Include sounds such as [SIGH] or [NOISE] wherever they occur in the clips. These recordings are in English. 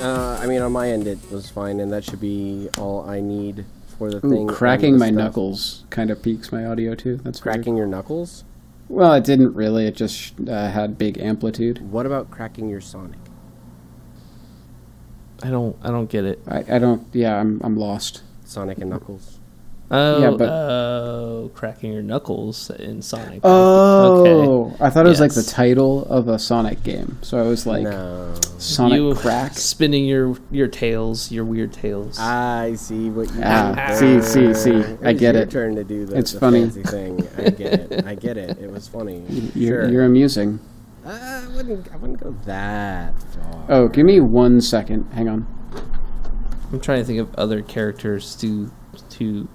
Uh, I mean, on my end, it was fine, and that should be all I need for the Ooh, thing. cracking and the my stuff. knuckles kind of peaks my audio too. That's weird. Cracking your knuckles? Well, it didn't really. It just uh, had big amplitude. What about cracking your Sonic? I don't. I don't get it. I, I don't. Yeah, I'm I'm lost. Sonic and Knuckles. Oh, Yeah, but- oh, cracking your knuckles in Sonic. Oh, I thought it was like Yes. the title of a Sonic game. So I was like no. [LAUGHS] Sonic you Crack. spinning your your tails, your weird tails. I see what you Ah, did see, there. see, see. I It's get your it. Turn to do the, It's the funny. fancy thing. I get it. I get it. It was funny. [LAUGHS] You're, sure. you're amusing. Uh, I wouldn't. I wouldn't go that far. Oh, give me one second. Hang on. I'm trying to think of other characters to to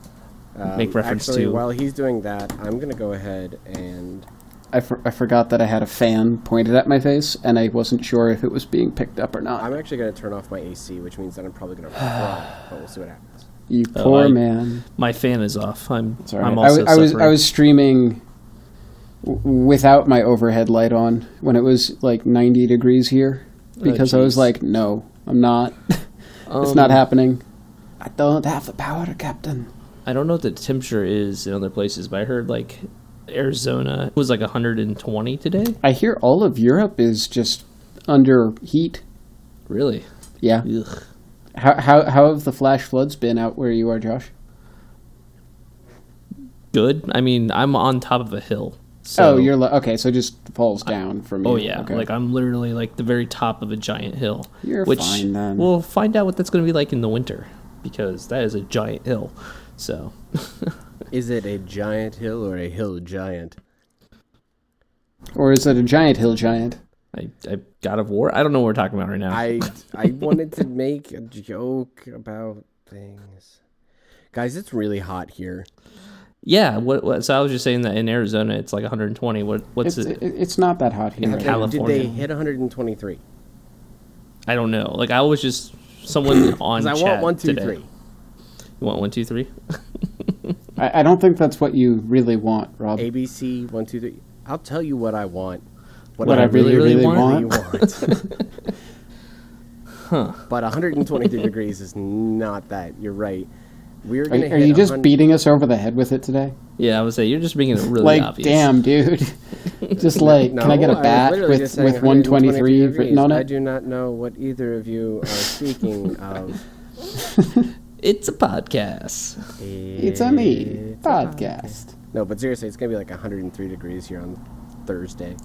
Uh, Um, make reference actually, to. While he's doing that, I'm gonna go ahead and. I, for, I forgot that I had a fan pointed at my face, and I wasn't sure if it was being picked up or not. I'm actually gonna turn off my AC, which means that I'm probably [SIGHS] gonna cry. but we'll see what happens. you Oh, poor I- man. My fan is off. I'm It's all I'm right. I also wa- I, was suffering. I was streaming w- without my overhead light on when it was like 90 degrees here because I was Oh, jeez. like, no, I'm not. it's Um, not happening. I don't have the power, Captain. I don't know what the temperature is in other places, but I heard like Arizona was like 120 today. I hear all of Europe is just under heat. Really? Yeah. Ugh. How how how have the flash floods been out where you are, Josh? Good. I mean, I'm on top of a hill. So oh, you're li- okay. So it just falls down from. Oh you. yeah, Okay. like I'm literally like the very top of a giant hill. You're which fine then. We'll find out what that's going to be like in the winter because that is a giant hill. So Is it a giant hill or a hill giant? or is it a giant hill giant? I, I God of War. I don't know what we're talking about right now. [LAUGHS] I I wanted to make a joke about things. Guys, it's really hot here. yeah. What, what? So I was just saying that in Arizona it's like 120. What? What's It's it? it, it's not that hot here. In right now. Did California. they hit 123? I don't know. Like I was just [COUGHS] someone on. Because I want chat one, two, three. today. You want one, two, three? I, I don't think that's what you really want, Rob. ABC, one, two, three. I'll tell you what I want. what I really, really, really want. want. [LAUGHS] But 123 degrees is not that. You're right. We're Are, gonna you- are hit you just 100 beating us over the head with it today? Yeah, I would say you're just making it really like, obvious. [LAUGHS] damn, dude. just like, No, can I get a was bat literally just saying with, with 123 123 written on degrees. I it? do not know what either of you are speaking [LAUGHS] of. It's a podcast. It's a me podcast. No, but seriously, it's gonna be like 103 degrees here on Thursday.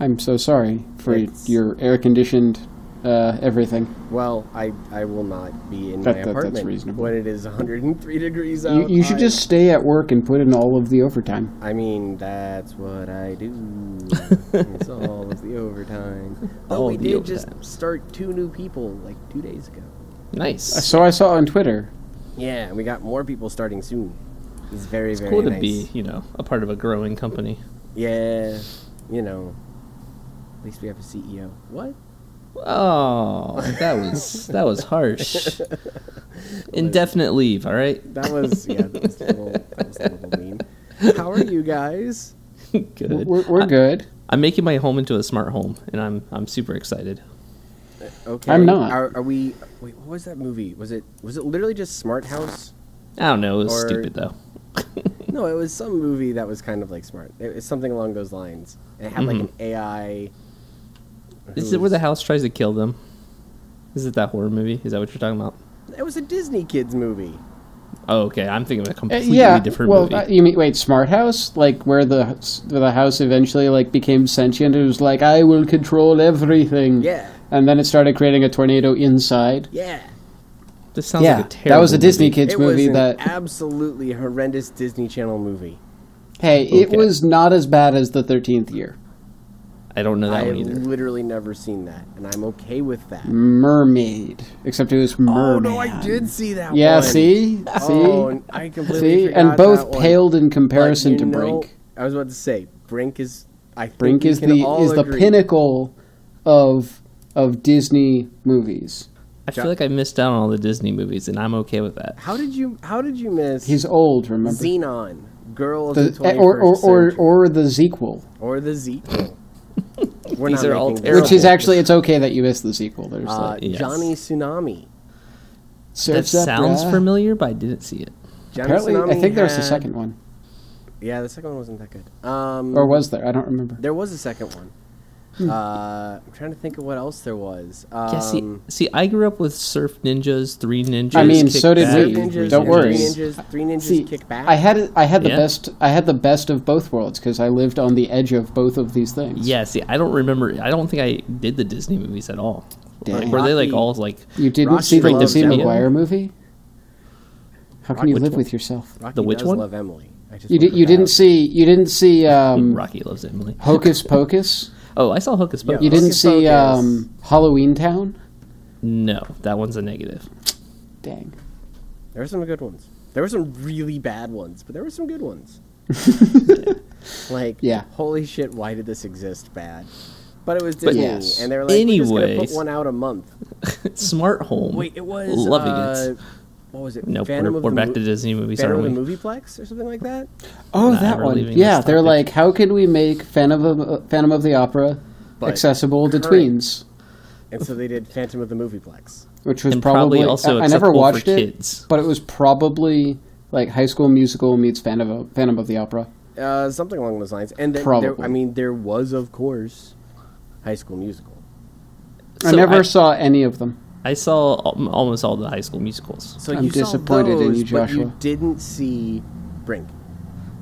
I'm so sorry for It's- your air conditioned uh, everything. Well, I I will not be in That- my that- that's apartment reasonable. when it is 103 degrees You, out. you should I- just stay at work and put in all of the overtime. I mean, that's what I do. [LAUGHS] it's all of the overtime. Oh, All we of the did just overtimes. start two new people like two days ago. Nice. So I saw on Twitter. Yeah, and we got more people starting soon. It's very very Cool to nice. be, you know, a part of a growing company. Yeah, you know. At least we have a CEO. What? Oh, that was that was harsh. Indefinite leave. All right. [LAUGHS] That was yeah. That was a little, that was a little mean. How are you guys? Good. We're, we're good. I'm making my home into a smart home, and I'm I'm super excited. Okay. I'm not. Are, are we? Wait, what was that movie? Was it? Was it literally just Smart House? I don't know. It was Or- stupid though. No, it was some movie that was kind of like smart. It was something along those lines. And it had like an AI. Is who it where the was- house tries to kill them? Is it that horror movie? Is that what you're talking about? It was a Disney kids movie. Oh, okay. I'm thinking of a Uh, completely yeah. different well, movie. uh, you mean wait, Smart House? Like where the the house eventually like became sentient? It was like I will control everything. Yeah, And then it started creating a tornado inside. yeah. this sounds like a terrible. that was a Disney movie. Kids it was movie. an That absolutely horrendous Disney Channel movie. hey, it Okay. was not as bad as the Thirteenth Year. I don't know that I have one either. literally never seen that, and I'm okay with that. Mermaid, except it was Oh mermaid. no, I did see that. Yeah, one. see, see, Oh, and I completely see, forgot and both that one. paled in But comparison you to know- Brink. I was about to say Brink is. I think Brink we is can the all is the agree. pinnacle of of Disney movies. I feel like I missed out on all the Disney movies, and I'm okay with that. How did you? How did you miss? He's old, remember? Xenon, Girl of the, The- eh, 21st or, or, or, Century, [LAUGHS] or the sequel. or the Zeke. We're These not are all making- terrible. Which is actually, it's okay that you missed the sequel. There's Uh, like, Yes. Johnny Tsunami. Surf's That Up, sounds bruh. familiar, but I didn't see it. Johnny Apparently, I Tsunami think there was a had- second one, Yeah, the second one wasn't that good. Um, or Hmm. was there? I don't remember. There was a second one. Uh, I'm trying to think of what else there was. Um, yeah, see, see, I grew up with Surf Ninjas, Three Ninjas. I mean, Kick so did Back, Surf we. Three Ninjas, Don't Three worry. Ninjas, three ninjas See, kick back. I had I had the Yeah. best I had the best of both worlds because I lived on the edge of both of these things. Yeah, see, I don't remember. I don't think I did the Disney movies at all. Dang. Were they like Rocky- all like? you didn't Rocky see the loves Lizzie Emily. McGuire movie. How can Rocky- you which live one? with yourself? Rocky the which does one? love Emily. I just You looked did. You it didn't up. see. You didn't [LAUGHS] see. Um, Rocky loves Emily. Hocus Pocus. [LAUGHS] Oh, I saw Hocus Pocus. You didn't Hocus see Pocus. um, Halloween Town. No, that one's a negative. [LAUGHS] Dang. There were some good ones. There were some really bad ones, but there were some good [LAUGHS] ones. like, Yeah. holy shit, why did this exist? Bad, but it was Disney, yes. and they were like, we're just gonna put Anyways. one out a month. Smart Home. Wait, it was loving uh, it. What was it? Nope, Phantom we're, of we're the back Mo- to Disney movies, Phantom aren't of the we? Movieplex or something like that. Oh, Nah, that we're one. leaving Yeah, this they're topic. like, how can we make Phantom of Phantom of the Opera But accessible to current. tweens? And so they did Phantom of the Movieplex. Which was And probably, probably also I, I never acceptable for watched it, kids. but it was probably like High School Musical meets Phantom of, Phantom of the Opera. Uh, something along those lines. And then there, Probably. I mean, there was, of course, High School Musical. I So never I- saw any of them. I saw al- almost all the High School Musicals. So I'm you saw disappointed in those, you, but you Joshua. didn't see Brink.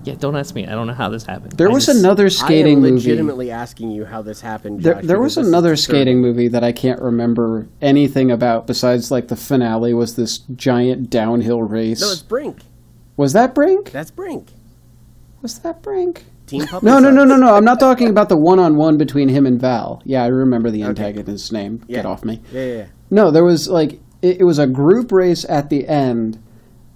Yeah, don't ask me. I don't know how this happened. There I was just- another skating I am movie. legitimately asking you how this happened. There, Josh, there because was this is another disturbing. skating movie that I can't remember anything about besides like the finale was this giant downhill race. No, it's Brink. was that Brink? That's Brink. Was that Brink? Team Puppet. No, no, Sucks. no, no, no. I'm not talking about the one-on-one between him and Val. Yeah, I remember the antagonist's name. Yeah. Get off me. Yeah, yeah, yeah. No, there was like it, it was a group race at the end,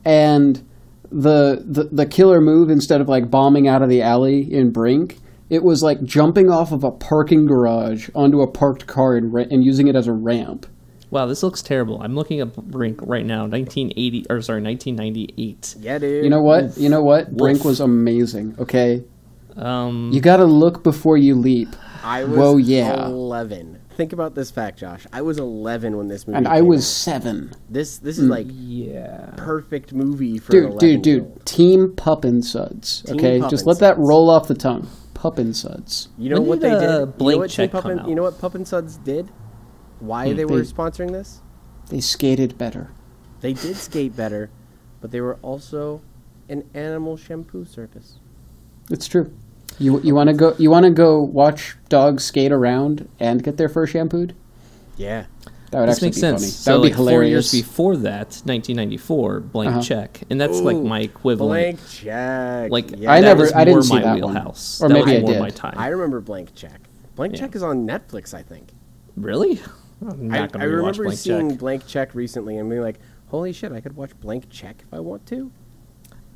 and the, the the killer move instead of like bombing out of the alley in Brink, it was like jumping off of a parking garage onto a parked car and, ra- and using it as a ramp. Wow, this looks terrible. I'm looking up Brink right now. 1980 or sorry, 1998. Yeah, dude. You know what? You know what? Brink Woof. was amazing. Okay, Mm-hmm. Um, you got to look before you leap. I was Whoa, yeah. 11. Think about this fact, Josh. I was 11 when this movie And I came was out. seven. This this is like yeah. perfect movie for an Dude, 11 dude, dude. Team Puppin Suds. Okay, Pup just and let that Suds. roll off the tongue. Puppin Suds. You know When what did, they did? uh, you know Blank what Team Check Pup come and- out? You know what Pup and Suds did? Why they were Mm, They- sponsoring this? They skated better. They did skate better, but they were also an animal shampoo service. It's true. You you want to go you want to go watch dogs skate around and get their fur shampooed? Yeah. That would This actually makes be sense. funny. So that would like be four years hilarious. before that, 1994, Blank Uh-huh. Check, and that's like Ooh, my equivalent. Blank check. Like yeah. I that never- was I didn't more see my that one. wheelhouse. Or That maybe was I more did. My time. I remember blank check. Blank check is on Netflix, I think. Really? I'm I, not I gonna rewatch remember Blank seeing Check. blank check recently and being like, "Holy shit, I could watch blank check if I want to."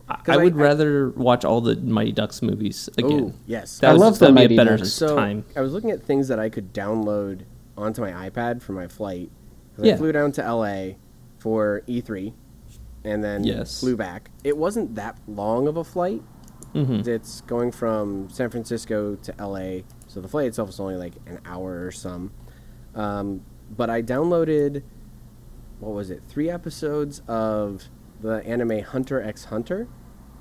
I- 'cause I would I- I- rather watch all the Mighty Ducks movies again. Ooh, yes. That I was, love the that'd be Mighty a better Ducks. so time. I was looking at things that I could download onto my iPad for my flight. 'cause I Yeah. flew down to LA for E3 and then Yes. flew back. It wasn't that long of a flight. Mm-hmm. It's going from San Francisco to LA. So the flight itself is only like an hour or some. Um, but I downloaded, what was it, three episodes of the anime Hunter x Hunter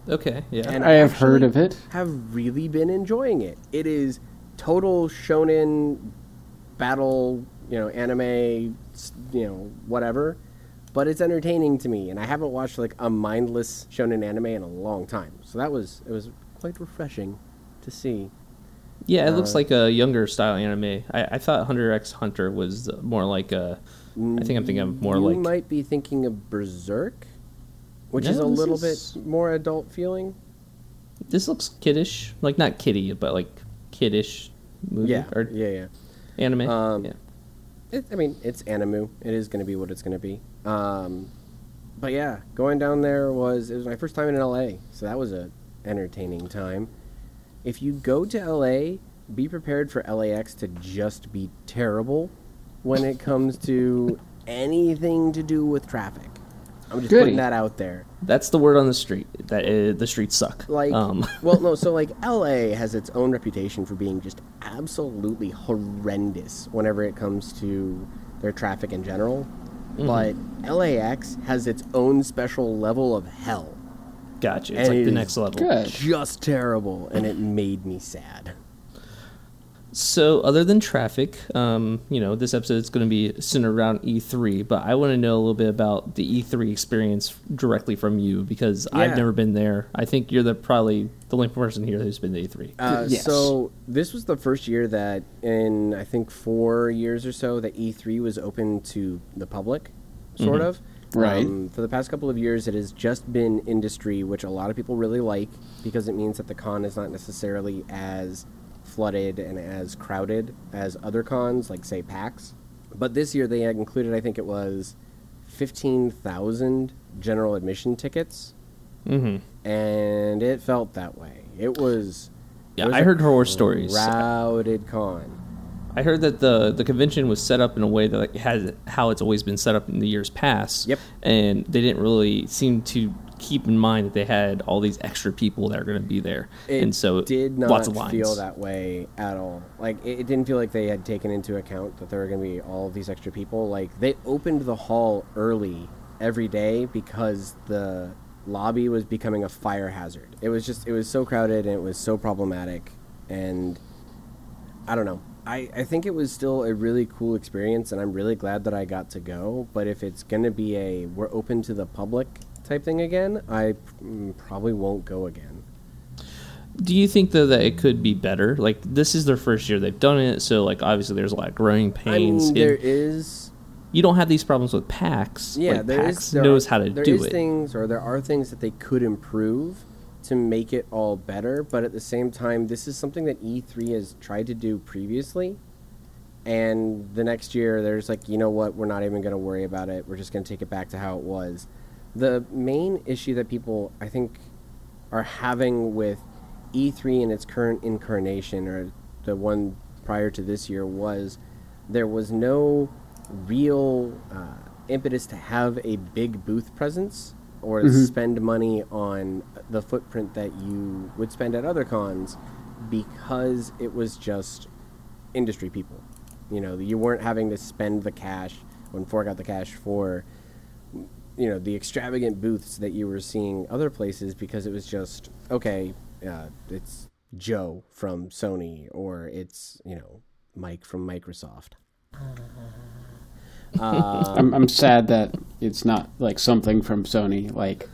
Okay, yeah. and I have actually heard of it. Have really been enjoying it. It is total shonen battle, you know, anime, s- you know, whatever. But it's entertaining to me, and I haven't watched like a mindless shonen anime in a long time. So that was it was quite refreshing to see. yeah, it Uh, looks like a younger style anime. I, I thought Hunter x Hunter was more like a. I think I'm thinking of more you like. might be thinking of Berserk, which is a No, this little is- bit more adult feeling. This looks kiddish, like not kiddie, but like kiddish movie Yeah, or yeah, yeah. anime. Um, yeah. It, I mean, it's Animu. It is going to be what it's going to be. Um, but yeah, going down there was it was my first time in LA, so that was a entertaining time. If you go to LA, be prepared for LAX to just be terrible when it comes to anything to do with traffic. I'm just Goody. putting that out there. That's the word on the street. That uh, the streets suck. Like, um, [LAUGHS] well, no, so like LA has its own reputation for being just absolutely horrendous whenever it comes to their traffic in general. But LAX has its own special level of hell. gotcha. And It's like it the is next level. Good. Just terrible, and it made me sad. So, other than traffic, um, you know, this episode is going to be centered around E3, but I want to know a little bit about the E3 experience directly from you because I've Yeah. never been there. I think you're the probably the only person here who's been to E E3. Uh, Yes. So this was the first year that, in I think four years or so, that E3 was open to the public, sort of. Mm-hmm. Um, Right. for the past couple of years, it has just been industry, which a lot of people really like because it means that the con is not necessarily as flooded and as crowded as other cons, like say PAX. But this year they had included, I think it was, fifteen thousand general admission tickets mm-hmm. and it felt that way. It was. Yeah, it was I a heard horror stories. Crowded con. I heard that the the convention was set up in a way that like, has how it's always been set up in the years past. Yep. And they didn't really seem to keep in mind that they had all these extra people that are going to be there, It and so did not lots of lines. feel that way at all. Like it, it didn't feel like they had taken into account that there were going to be all of these extra people. Like they opened the hall early every day because the lobby was becoming a fire hazard. It was just it was so crowded and it was so problematic and I don't know. I, I think it was still a really cool experience, and I'm really glad that I got to go. But if it's going to be a we're open to the public type thing again, I mm, probably won't go again. Do you think though that it could be better? Like this is their first year they've done it, so like obviously there's a lot of growing I pains. mean, there It- is you don't have these problems with PAX. yeah, like, there is PAX there knows are- how to there do is it. things or there are things that they could improve to make it all better. But at the same time, this is something that E3 has tried to do previously, and the next year there's like you know what we're not even going to worry about it we're just going to take it back to how it was the main issue that people i think are having with e3 in its current incarnation or the one prior to this year was there was no real uh, impetus to have a big booth presence or spend money on the footprint that you would spend at other cons because it was just industry people. You know, you weren't having to spend the cash and fork out the cash for, you know, the extravagant booths that you were seeing other places because it was just okay. Uh, it's Joe from Sony or it's you know Mike from Microsoft. I'm, I'm sad that it's not like something from Sony, like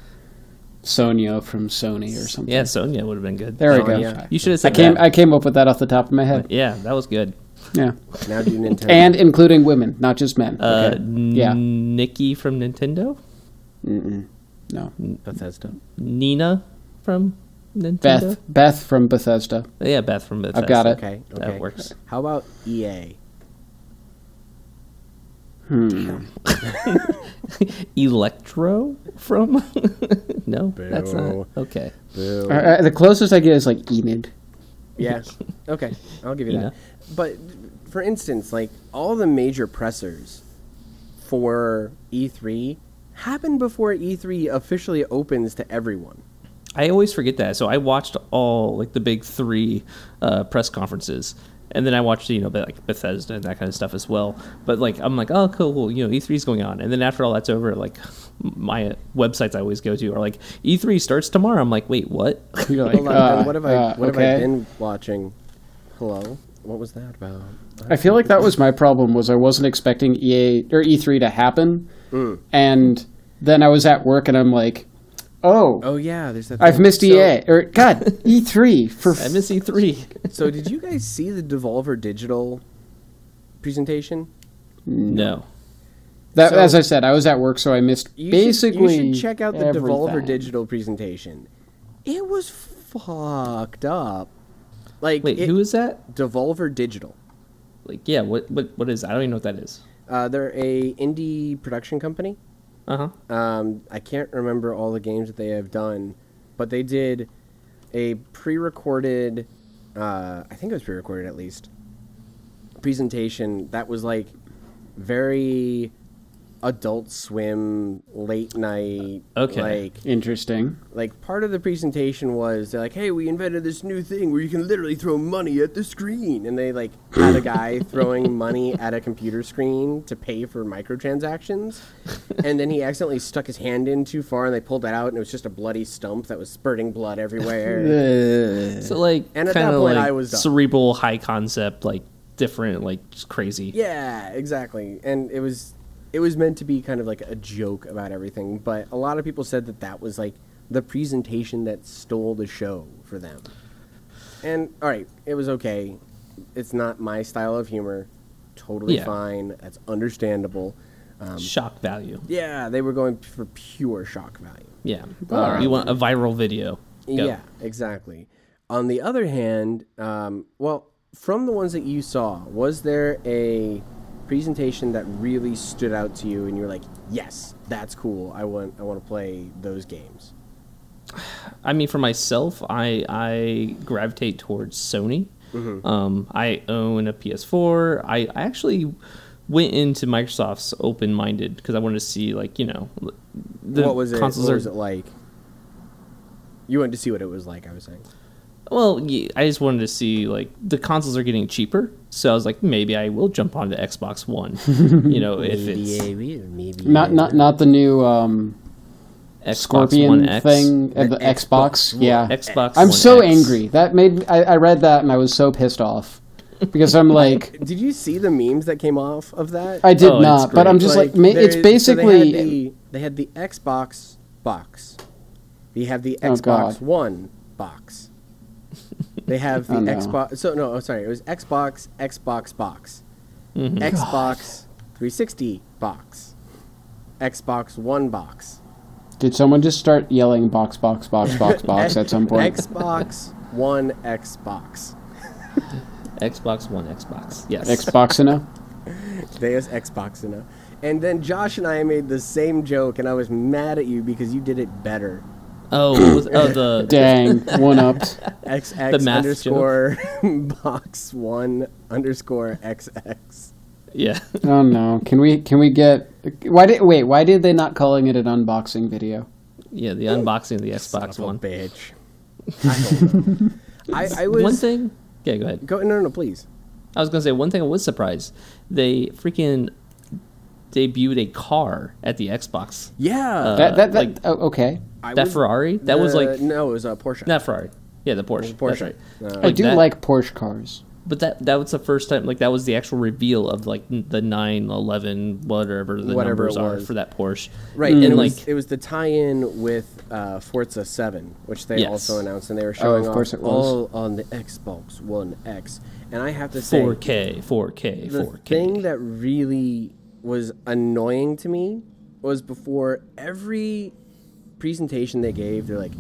Sonia from Sony or something. Yeah, Sonya would have been good. There we go. Sonya. You should have I said came that. I came up with that off the top of my head. yeah, that was good. Yeah, Now [LAUGHS] do Nintendo. and including women, not just men. Uh, okay. Yeah. Nikki from Nintendo. No. Bethesda. Nina from Nintendo. Beth Beth from Bethesda. Yeah, Beth from Bethesda. got it. Okay, okay. That works. How about E EA? Electro from? [LAUGHS] no, that's Boo. not okay. Boo. Uh, uh, the closest I get is like Enid. Yeah. Okay. I'll give you You that. But for instance, like all the major pressers for E3 happen before E3 officially opens to everyone. I always forget that. So I watched all like the big three uh, press conferences, and then I watched you know be- like Bethesda and that kind of stuff as well. But like I'm like, oh cool, cool, you know E3 is going on, and then after all that's over, like [LAUGHS] my uh, websites I always go to are like E3 starts tomorrow. I'm like, wait, what? [LAUGHS] You're [LAUGHS] like, Hold on. uh, Ben, what have I uh, what okay. have I been watching? Hello? What was that about? I feel like that was my problem was I wasn't expecting EA or E3 to happen, Hmm. and then I was at work and I'm like, oh, Oh yeah, there's that. I've thing. missed E So- EA or [LAUGHS] God E3 for I miss E E3. So did you guys see the Devolver Digital presentation? [LAUGHS] no. that. so- as I said, I was at work, so I missed You basically. should, you should check out the Devolver everything. Digital presentation. It was fucked up. Like Wait, it- who is that? Devolver Digital. Like, yeah, what, what, what is? That? I don't even know what that is. Uh, they're a indie production company. Uh huh. Um, I can't remember all the games that they have done, but they did a pre-recorded, uh, I think it was pre-recorded at least, presentation that was like very Adult Swim late night. Okay. Like Interesting. like part of the presentation was they're like, "Hey, we invented this new thing where you can literally throw money at the screen," and they like had a guy throwing money at a computer screen to pay for microtransactions, and then he accidentally stuck his hand in too far, and they pulled that out, and it was just a bloody stump that was spurting blood everywhere. Uh, So like And kind at that of point, like I was done. cerebral high concept like different like just crazy. yeah, exactly, and it was it was meant to be kind of like a joke about everything, but a lot of people said that that was like the presentation that stole the show for them. And all right, it was okay. It's not my style of humor. Totally Yeah. fine. That's understandable. Um, Shock value. yeah, they were going for pure shock value. Yeah. All right. You want a viral video. Go. Yeah, exactly. On the other hand, um, well, from the ones that you saw, was there a presentation that really stood out to you, and you were like, "Yes, that's cool. I want, I want to play those games." I mean, for myself, I I gravitate towards Sony. Um, I own a PS4. I, I actually went into Microsoft's open minded because I wanted to see like you know the what was it? What consoles was are it like? You wanted to see what it was like. I was saying. well. ye- I just wanted to see like the consoles are getting cheaper, so I was like maybe I will jump onto Xbox One. you know if it's maybe not not not the new um, Xbox One scorpion X. thing at the, The Xbox. Xbox One yeah, Xbox I'm One so X. angry. That made I, I read that and I was so pissed off [LAUGHS] because I'm like. Did you see the memes that came off of that? I did Oh, it's not, but great. I'm just like, ma- there it's is- so basically they, had the, they had the Xbox box. They have the Oh, Xbox God. One box. They have [LAUGHS] the Oh, no. Xbox. So no, oh, sorry, it was Xbox Xbox box, Xbox 360 box, Xbox One box, Did someone just start yelling box, box, box, [LAUGHS] box, box at some point? Xbox One Xbox. Xbox One Xbox. Yes. Xbox enough? Deus Xbox enough. And then Josh and I made the same joke, and I was mad at you because you did it better. Oh, was- [LAUGHS] oh the Dang, one upped. XX math underscore [LAUGHS] box one underscore XX. yeah. [LAUGHS] Oh no! Can we can we get? Why did wait? Why did they not calling it an unboxing video? Yeah, the unboxing of the Xbox Son of a One. [LAUGHS] bitch. I, don't know. I, I was One thing. Yeah, go ahead. Go, no, no, no, please. I was gonna say one thing. I was surprised they freaking debuted a car at the Xbox. Yeah, That that, that like- oh, okay. I Uh, that was- Ferrari? That was the- like- no, it was a Porsche. Not Ferrari. Yeah, the Porsche. Porsche. Uh, That's right. No. I do that- like Porsche cars. But that that was the first time. Like that was the actual reveal of like n- the nine, eleven, whatever the Whatever numbers it are was. for that Porsche. Right, and it Mm. like was it was the tie-in with uh, Forza Seven, which they Yes. also announced, and they were showing Oh, of course off it was. all on the Xbox One X. And I have to say, four K, four K, the four thing K. that really was annoying to me was before every presentation they gave, they're like,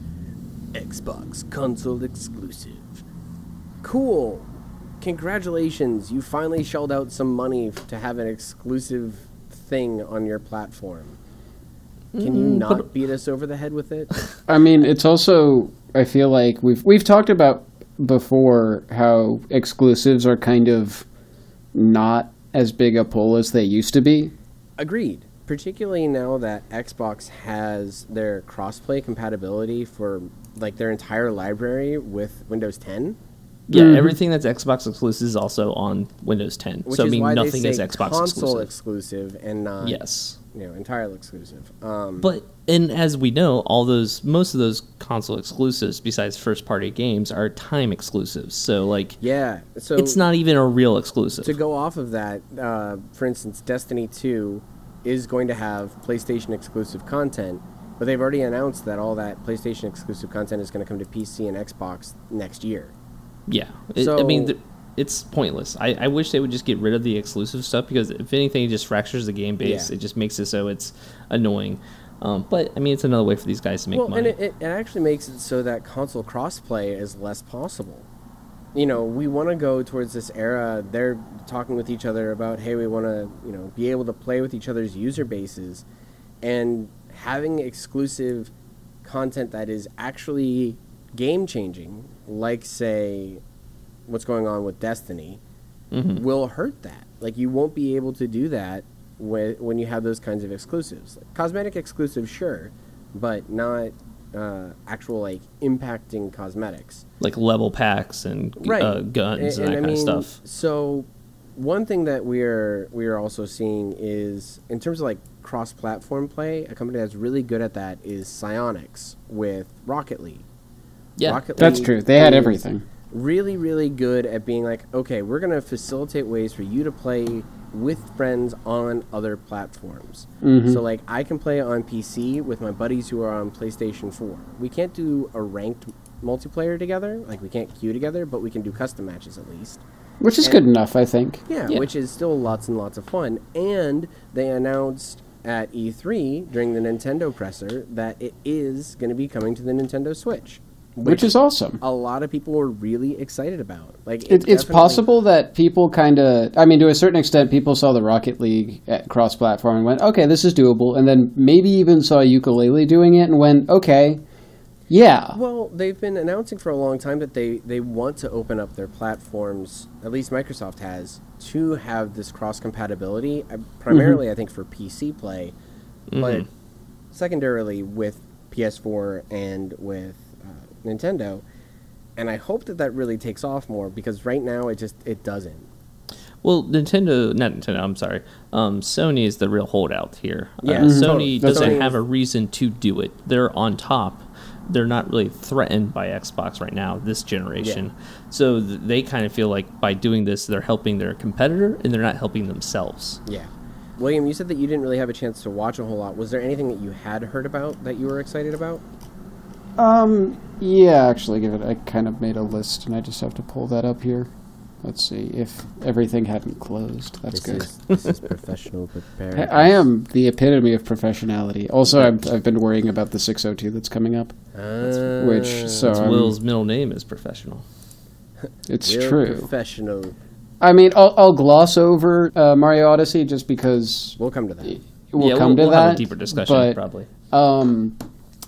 Xbox console exclusive. Cool. Congratulations. You finally shelled out some money f- to have an exclusive thing on your platform. Can you not beat us over the head with it? I mean, it's also I feel like we've we've talked about before how exclusives are kind of not as big a pull as they used to be. Agreed. Particularly now that Xbox has their crossplay compatibility for like their entire library with Windows 10, Yeah, everything that's Xbox exclusive is also on Windows 10. which so I is mean, why nothing they is say Xbox console exclusive. exclusive. Mm-hmm. and not yes. you know entirely exclusive. Um, But and as we know, all those most of those console exclusives, besides first party games, are time exclusives. So like, yeah, so it's not even a real exclusive. to go off of that. Uh, for instance, Destiny 2 is going to have PlayStation exclusive content, but they've already announced that all that PlayStation exclusive content is going to come to PC and Xbox next year. yeah, It- I So- mean, th- it's pointless. I, I wish they would just get rid of the exclusive stuff because if anything, it just fractures the game base. Yeah. It just makes it so it's annoying. Um, but I mean, it's another way for these guys to make Well, money. and it, it, it actually makes it so that console crossplay is less possible. You know, we want to go towards this era. They're talking with each other about, hey, we want to, you know, be able to play with each other's user bases, and having exclusive content that is actually game changing, like say, what's going on with Destiny, will hurt that. Like you won't be able to do that when when you have those kinds of exclusives. Like, cosmetic exclusives, sure, but not uh, actual like impacting cosmetics. like level packs and uh, guns and, that kind of stuff. So one thing that we are we are also seeing is in terms of like cross-platform play, a company that's really good at that is Psyonix with Rocket League. Yeah, Rocket That's League true. They had is everything. Really, really good at being like, okay, we're going to facilitate ways for you to play with friends on other platforms. Mm-hmm. So, like, I can play on PC with my buddies who are on PlayStation 4. We can't do a ranked multiplayer together, like, we can't queue together, but we can do custom matches at least. Which is good enough, I think. Yeah, Yeah. which is still lots and lots of fun. And they announced at E3 during the Nintendo presser that it is going to be coming to the Nintendo Switch, Which is awesome. a lot of people were really excited about. Like It, it's definitely- possible that people kind of, I mean, to a certain extent, people saw the Rocket League at cross platform and went, okay, this is doable. And then maybe even saw Ukulele doing it and went, okay, yeah. Well, they've been announcing for a long time that they they want to open up their platforms. At least Microsoft has to have this cross compatibility, uh, primarily Mm-hmm. I think for PC play, but secondarily with PS4 and with uh, Nintendo. And I hope that that really takes off more because right now it just it doesn't. Well, Nintendo, not Nintendo. I'm sorry. Um, Sony is the real holdout here. Uh, Yeah, Sony totally. That's doesn't right. have a reason to do it. They're on top. They're not really threatened by Xbox right now, this generation. So th- they kind of feel like by doing this, they're helping their competitor and they're not helping themselves. Yeah. William, you said that you didn't really have a chance to watch a whole lot. Was there anything that you had heard about that you were excited about? Um, yeah, actually, give it, I kind of made a list and I just have to pull that up here. Let's see if everything hadn't closed. That's good. this is professional prepared. I I am the epitome of professionality. Also, I've, I've been worrying about the 602 that's coming up, Uh, which so That's I'm- Will's middle name is professional. it's Real true. Professional. I mean, I'll, I'll gloss over uh, Mario Odyssey just because We'll come to that. we'll yeah, come we'll, to we'll that. have a deeper discussion but, probably. Um,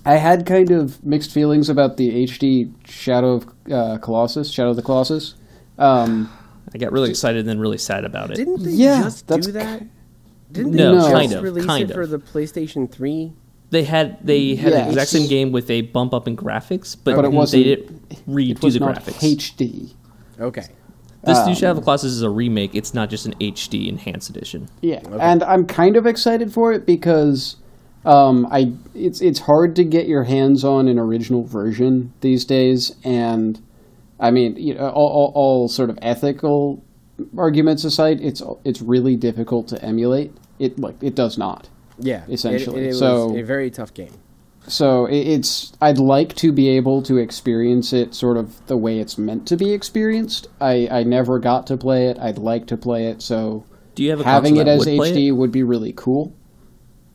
I had kind of mixed feelings about the HD Shadow of uh, Colossus, Shadow of the Colossus. Um, I got really excited and then really sad about it. Didn't they Yeah, just that's do that? Didn't they No, just kind of, release kind it for of. the PlayStation 3? They had they had Yes. the exact same game with a bump up in graphics, but, But it wasn't- they didn't redo it was the not graphics. HD. Okay. This Um, new Shadow of the Colossus is a remake. It's not just an HD enhanced edition. Yeah, and I'm kind of excited for it because um, I it's it's hard to get your hands on an original version these days, and I mean, you know, all, all, all sort of ethical arguments aside, it's it's really difficult to emulate. It like it does not. Yeah. it- Essentially, It, was so- a very tough game. So it, it's I'd like to be able to experience it sort of the way it's meant to be experienced. I I never got to play it. I'd like to play it. So Do you have a having console it that as would play HD would be really cool.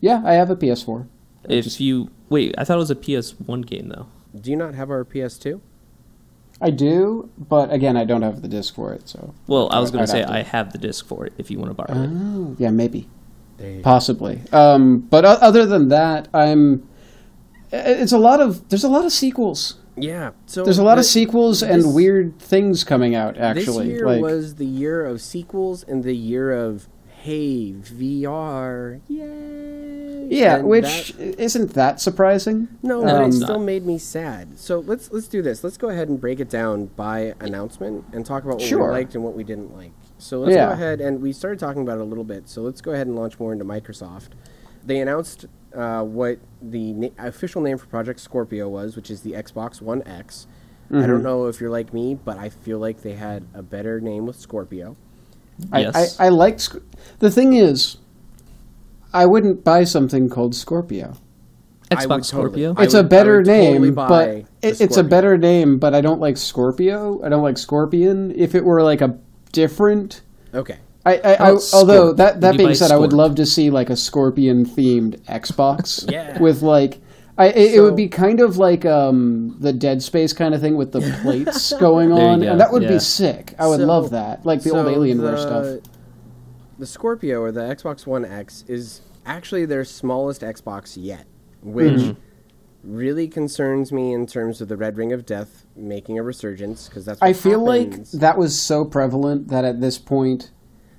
Yeah, I have a PS4. It? If you wait, I thought it was a PS1 game though. Do you not have our PS2? I do, but again, I don't have the disc for it. So Well, I was going I'd to say have to- I have the disc for it. If you want to borrow it, Oh, yeah, maybe, There you go. possibly. Um, but o- other than that, I'm. It's a lot of there's a lot of sequels. Yeah. So There's a lot of the- sequels this- and weird things coming out. Actually, This year like, was the year of sequels and the year of, hey, VR. Yay. yeah, And which isn't that surprising. No, Um, but it it's still not. made me sad. So let's let's do this. Let's go ahead and break it down by announcement and talk about what Sure. we liked and what we didn't like. So let's Yeah. go ahead and we started talking about it a little bit. So let's go ahead and launch more into Microsoft. They announced uh, what the na- official name for Project Scorpio was, which is the Xbox One X. I don't know if you're like me, but I feel like they had a better name with Scorpio. I, Yes. I, I liked. Sc- the thing is, I wouldn't buy something called Scorpio. I would Xbox totally- Scorpio. I It's would- I a better would totally name, buy but the it, it's a Scorpio. better name. But I don't like Scorpio. I don't like Scorpion. If it were like a different, Okay. I, I, How I about although Scorp? that Would that you being buy said, I would Scorp? love to see like a Scorpion themed [LAUGHS] Xbox Yeah. with like. I, it, it So- would be kind of like um, the Dead Space kind of thing [LAUGHS] with the plates going you on, go, and that would yeah. be sick. I would So- love that, like the old so Alienware the- stuff. The Scorpio or the Xbox One X is actually their smallest Xbox yet, which Mm-hmm. really concerns me in terms of the Red Ring of Death making a resurgence because that's. What I feel happens. like that was so prevalent that at this point,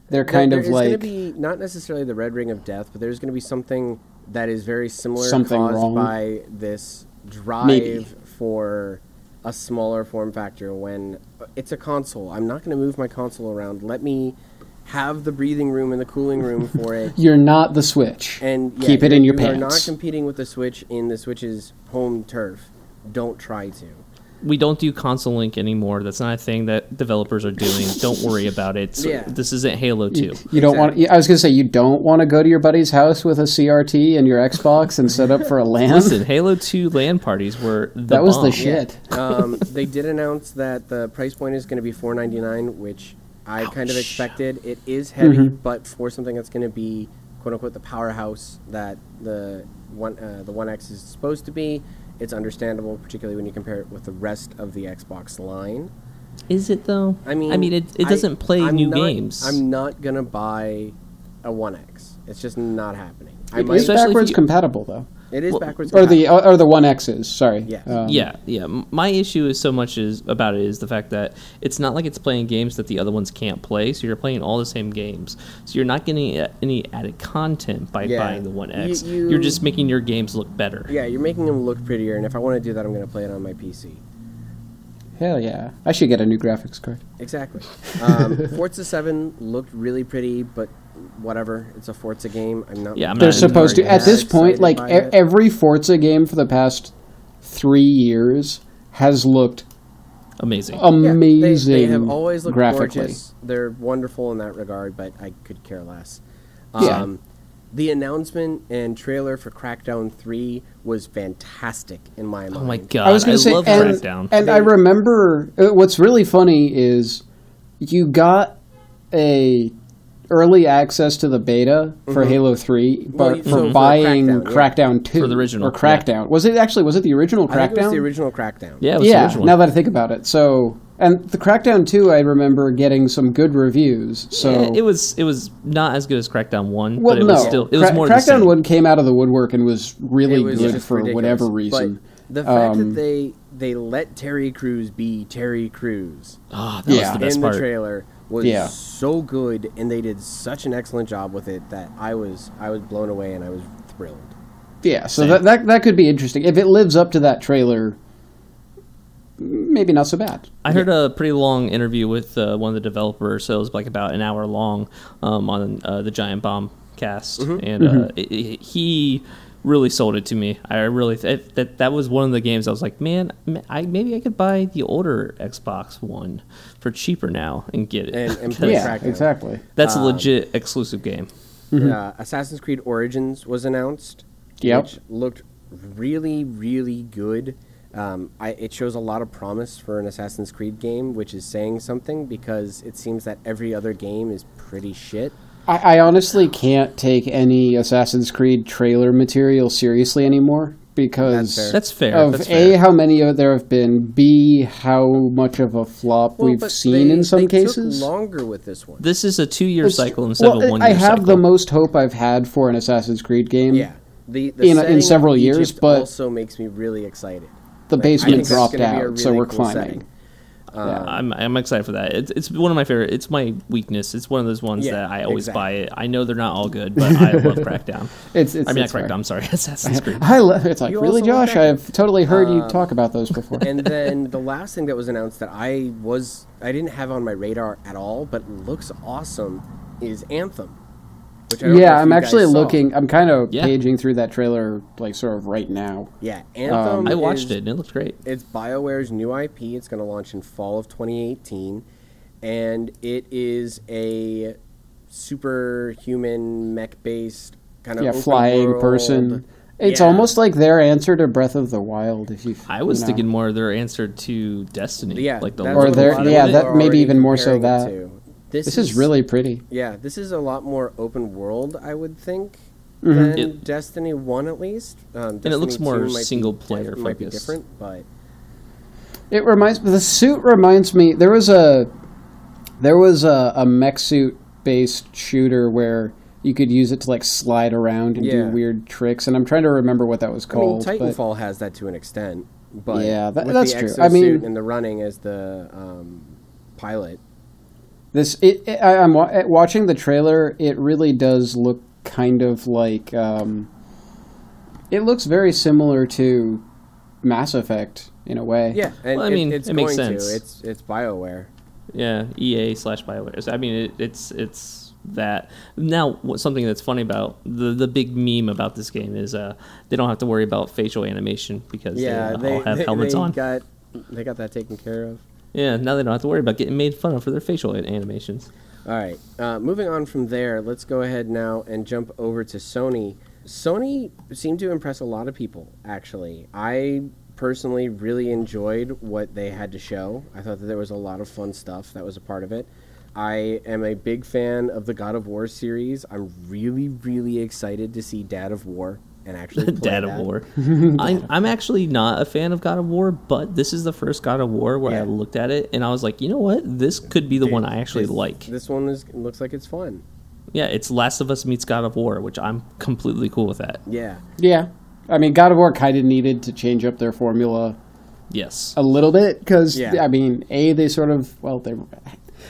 They're kind there of is like going to be not necessarily the red ring of death, but there's going to be something that is very similar Something caused wrong. by this drive Maybe. for a smaller form factor when it's a console. I'm not going to move my console around. Let me have the breathing room and the cooling [LAUGHS] room for it. you're not the Switch. And yeah, keep it in your you are not pants. competing with the Switch in the Switch's home turf. Don't try to. we don't do console link anymore. That's not a thing that developers [LAUGHS] are doing. don't worry about it. So Yeah. This isn't Halo 2. you don't want. I was gonna say you don't want to go to your buddy's house with a CRT and your Xbox and set up [LAUGHS] for a LAN. Listen, Halo 2 LAN parties were the that was the bomb. shit. um, they did announce that the price point is going to be four ninety nine, which I kind of expected. It is heavy, Mm-hmm. but for something that's going to be quote unquote the powerhouse that the one uh, the One X is supposed to be, it's understandable, particularly when you compare it with the rest of the Xbox line. Is it though? I mean, I mean, it, it I- doesn't play I'm new not- games. I'm not gonna buy a One X. It's just not happening. I It might, is Especially if backwards you- compatible though, it is well, backwards. or the compatible. or the One X's. Sorry. Yes. Um, yeah, yeah. M- My issue is so much is about it is the fact that it's not like it's playing games that the other ones can't play. So you're playing all the same games. So you're not getting a- any added content by Yeah. buying the One X. You- you- You, are just making your games look better. yeah, you're making them look prettier, and if I want to do that, I'm gonna play it on my PC. Hell yeah! I should get a new graphics card. Exactly. Um, Forza 7 looked really pretty, but whatever. It's a Forza game. I'm not. Yeah, I'm They're not even supposed to. worried. At this Yeah, point, excited like by e- it. every Forza game for the past three years has looked Amazing. Um, Yeah, amazing. they, they have always looked graphically. gorgeous. They're wonderful in that regard, but I could care less. Um, Yeah. The announcement and trailer for Crackdown 3 was fantastic in my mind. oh my god! I was going to say, love and, Crackdown. and I remember uh, what's really funny is you got a early access to the beta for Halo Three, Mm-hmm. Well, but you- for for- for buying Crackdown, yeah. Crackdown Two For the original, or Crackdown. Was it actually was it the original Crackdown? I think it was the original Crackdown. yeah, it was the yeah. original Now that I think about it, so and the Crackdown Two, I remember getting some good reviews. So Eh, it was it was not as good as Crackdown One, Well, but it no. was still it was Cra- more of the Crackdown same. One came out of the woodwork and was really It was good just for ridiculous. whatever But reason. the fact Um, that they they let Terry Crews be Terry Crews. Ah, that Yeah. was the in best part. the trailer was Yeah. so good, and they did such an excellent job with it that I was I was blown away and I was thrilled. Yeah, so that, that that could be interesting if it lives up to that trailer. Maybe not so bad. I heard a pretty long interview with uh, one of the developers, so it was like about an hour long um, on uh, the Giant Bomb cast, Mm-hmm. and Uh, it, it- he really sold it to me. I really th- that that was one of the games I was like, man, m- I maybe I could buy the older Xbox One for cheaper now and get it. And, and play Yeah, Crackdown. exactly. [LAUGHS] Mm-hmm. That's a legit exclusive game. Uh, Assassin's Creed Origins was announced, Yep. which looked really really good. Um, I, it shows a lot of promise for an Assassin's Creed game, which is saying something because it seems that every other game is pretty shit. I, I honestly can't take any Assassin's Creed trailer material seriously anymore because That's fair. of That's a fair. how many of there have been, b how much of a flop Well, we've but seen they- in some they cases. Took longer with this one. This is a two-year cycle instead well, of a one-year I have cycle. the most hope I've had for an Assassin's Creed game. yeah, the, the Mm. In- in setting of several years, Egypt but- also makes me really excited. The Like, I basement think that's dropped gonna out, be a so really we're cool climbing. setting. Um, I'm, I'm excited for that. It's, it's one of my favorite. It's my weakness. It's one of those ones Yeah, that I always exactly. buy it. I know they're not all good, [LAUGHS] but I love Crackdown. It's- it's- I mean, it's not fair. Crackdown. I'm sorry, [LAUGHS] Assassin's Creed. I love. [LAUGHS] It's like You really, also like Josh. that game? I've totally heard you talk about those before. [LAUGHS] Um, [LAUGHS] and then the last thing that was announced that I was I didn't have on my radar at all, but looks awesome, is Anthem. Which I don't know yeah, if I'm you guys actually saw. looking. I'm kind of Yeah. paging through that trailer, like sort of right now. Yeah, Anthem. I watched is- it and it looked great. It's BioWare's new IP. It's going to launch in fall of 2018, and it is a superhuman mech-based kind of Yeah, open flying world. person. It's Yeah. almost like their answer to Breath of the Wild. If you, I was you know. thinking more of their answer to Destiny. Yeah, like the that's lore what a Or their- lot feel of of yeah, it. people that- are maybe already even more so comparing it that. to. This, this is really pretty. Yeah, this is a lot more open world, I would think, than It- Destiny One at least. Um, it looks Destiny more 2 might be single diff- player Might be focused. different, but It reminds the suit reminds me. There was a there was a, a mech suit based shooter where you could use it to like slide around and do Yeah. weird tricks. And I'm trying to remember what that was I mean, called. but- Titanfall has that to an extent. But Yeah, tha- with that's the true. I exosuit mean- and the running as the um, pilot. This it, it- I, I'm wa- watching the trailer. It really does look kind of like um, it looks very similar to Mass Effect in a way. Yeah, and Well, I it- mean, it's it makes going sense. to. It's it's Bioware. Yeah, EA slash Bioware. So, I mean, it, it's it's that. Now, what, something that's funny about the the big meme about this game is uh, they don't have to worry about facial animation because Yeah, they, uh, they, all have they, helmets they on. got they got that taken care of. yeah, now they don't have to worry about getting made fun of for their facial a- animations. All right. Uh, moving on from there, let's go ahead now and jump over to Sony. Sony seemed to impress a lot of people, actually. I personally really enjoyed what they had to show. I thought that there was a lot of fun stuff that was a part of it. I am a big fan of the God of War series. I'm really, really excited to see Dad of War and [LAUGHS] actually play Dad that. [LAUGHS] of War. I'm, I'm actually not a fan of God of War, but this is the first God of War where I Yeah. looked at it and I was like, you know what? This could be the one I actually This- like. This one is looks like it's fun. Yeah, it's Last of Us meets God of War, which I'm completely cool with that. Yeah. yeah. I mean, God of War kind of needed to change up their formula Yes. Oh. a little bit because Yeah. I mean, a they sort of well they.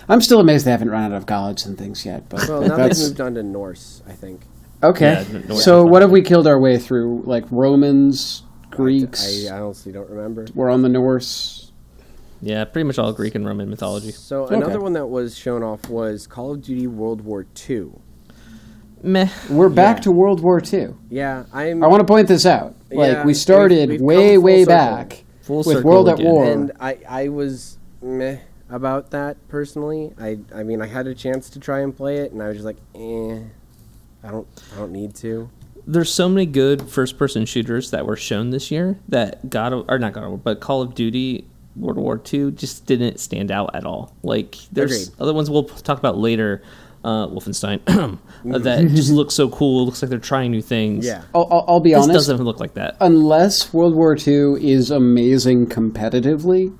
I'm still amazed they haven't run out of gods and things yet, but Well, now they've that's moved on to Norse, I think. okay. Yeah, no- no so worries. what have we killed our way through? Like Romans, Greeks. I uh, honestly don't remember. we're on the Norse. Yeah, pretty much all Greek and Roman mythology. So Okay. another one that was shown off was Call of Duty World War II. Meh. We're back Yeah. to World War II. Yeah, I'm. I want to point this out. Like Yeah, we started we've- we've come full way, way circle. back Full with circle World at again. War. and I, I was meh about that personally. I, I mean, I had a chance to try and play it, and I was just like, eh, I don't, I don't need to. There's so many good first-person shooters that were shown this year that God of, or not God of War, but Call of Duty World War II just didn't stand out at all. Like there's Agreed. other ones we'll talk about later, uh, Wolfenstein, [CLEARS THROAT] that just looks so cool. Looks like they're trying new things. Mm-hmm. Yeah. I'll, I'll, I'll be This honest. doesn't look like that. Unless World War II is amazing competitively,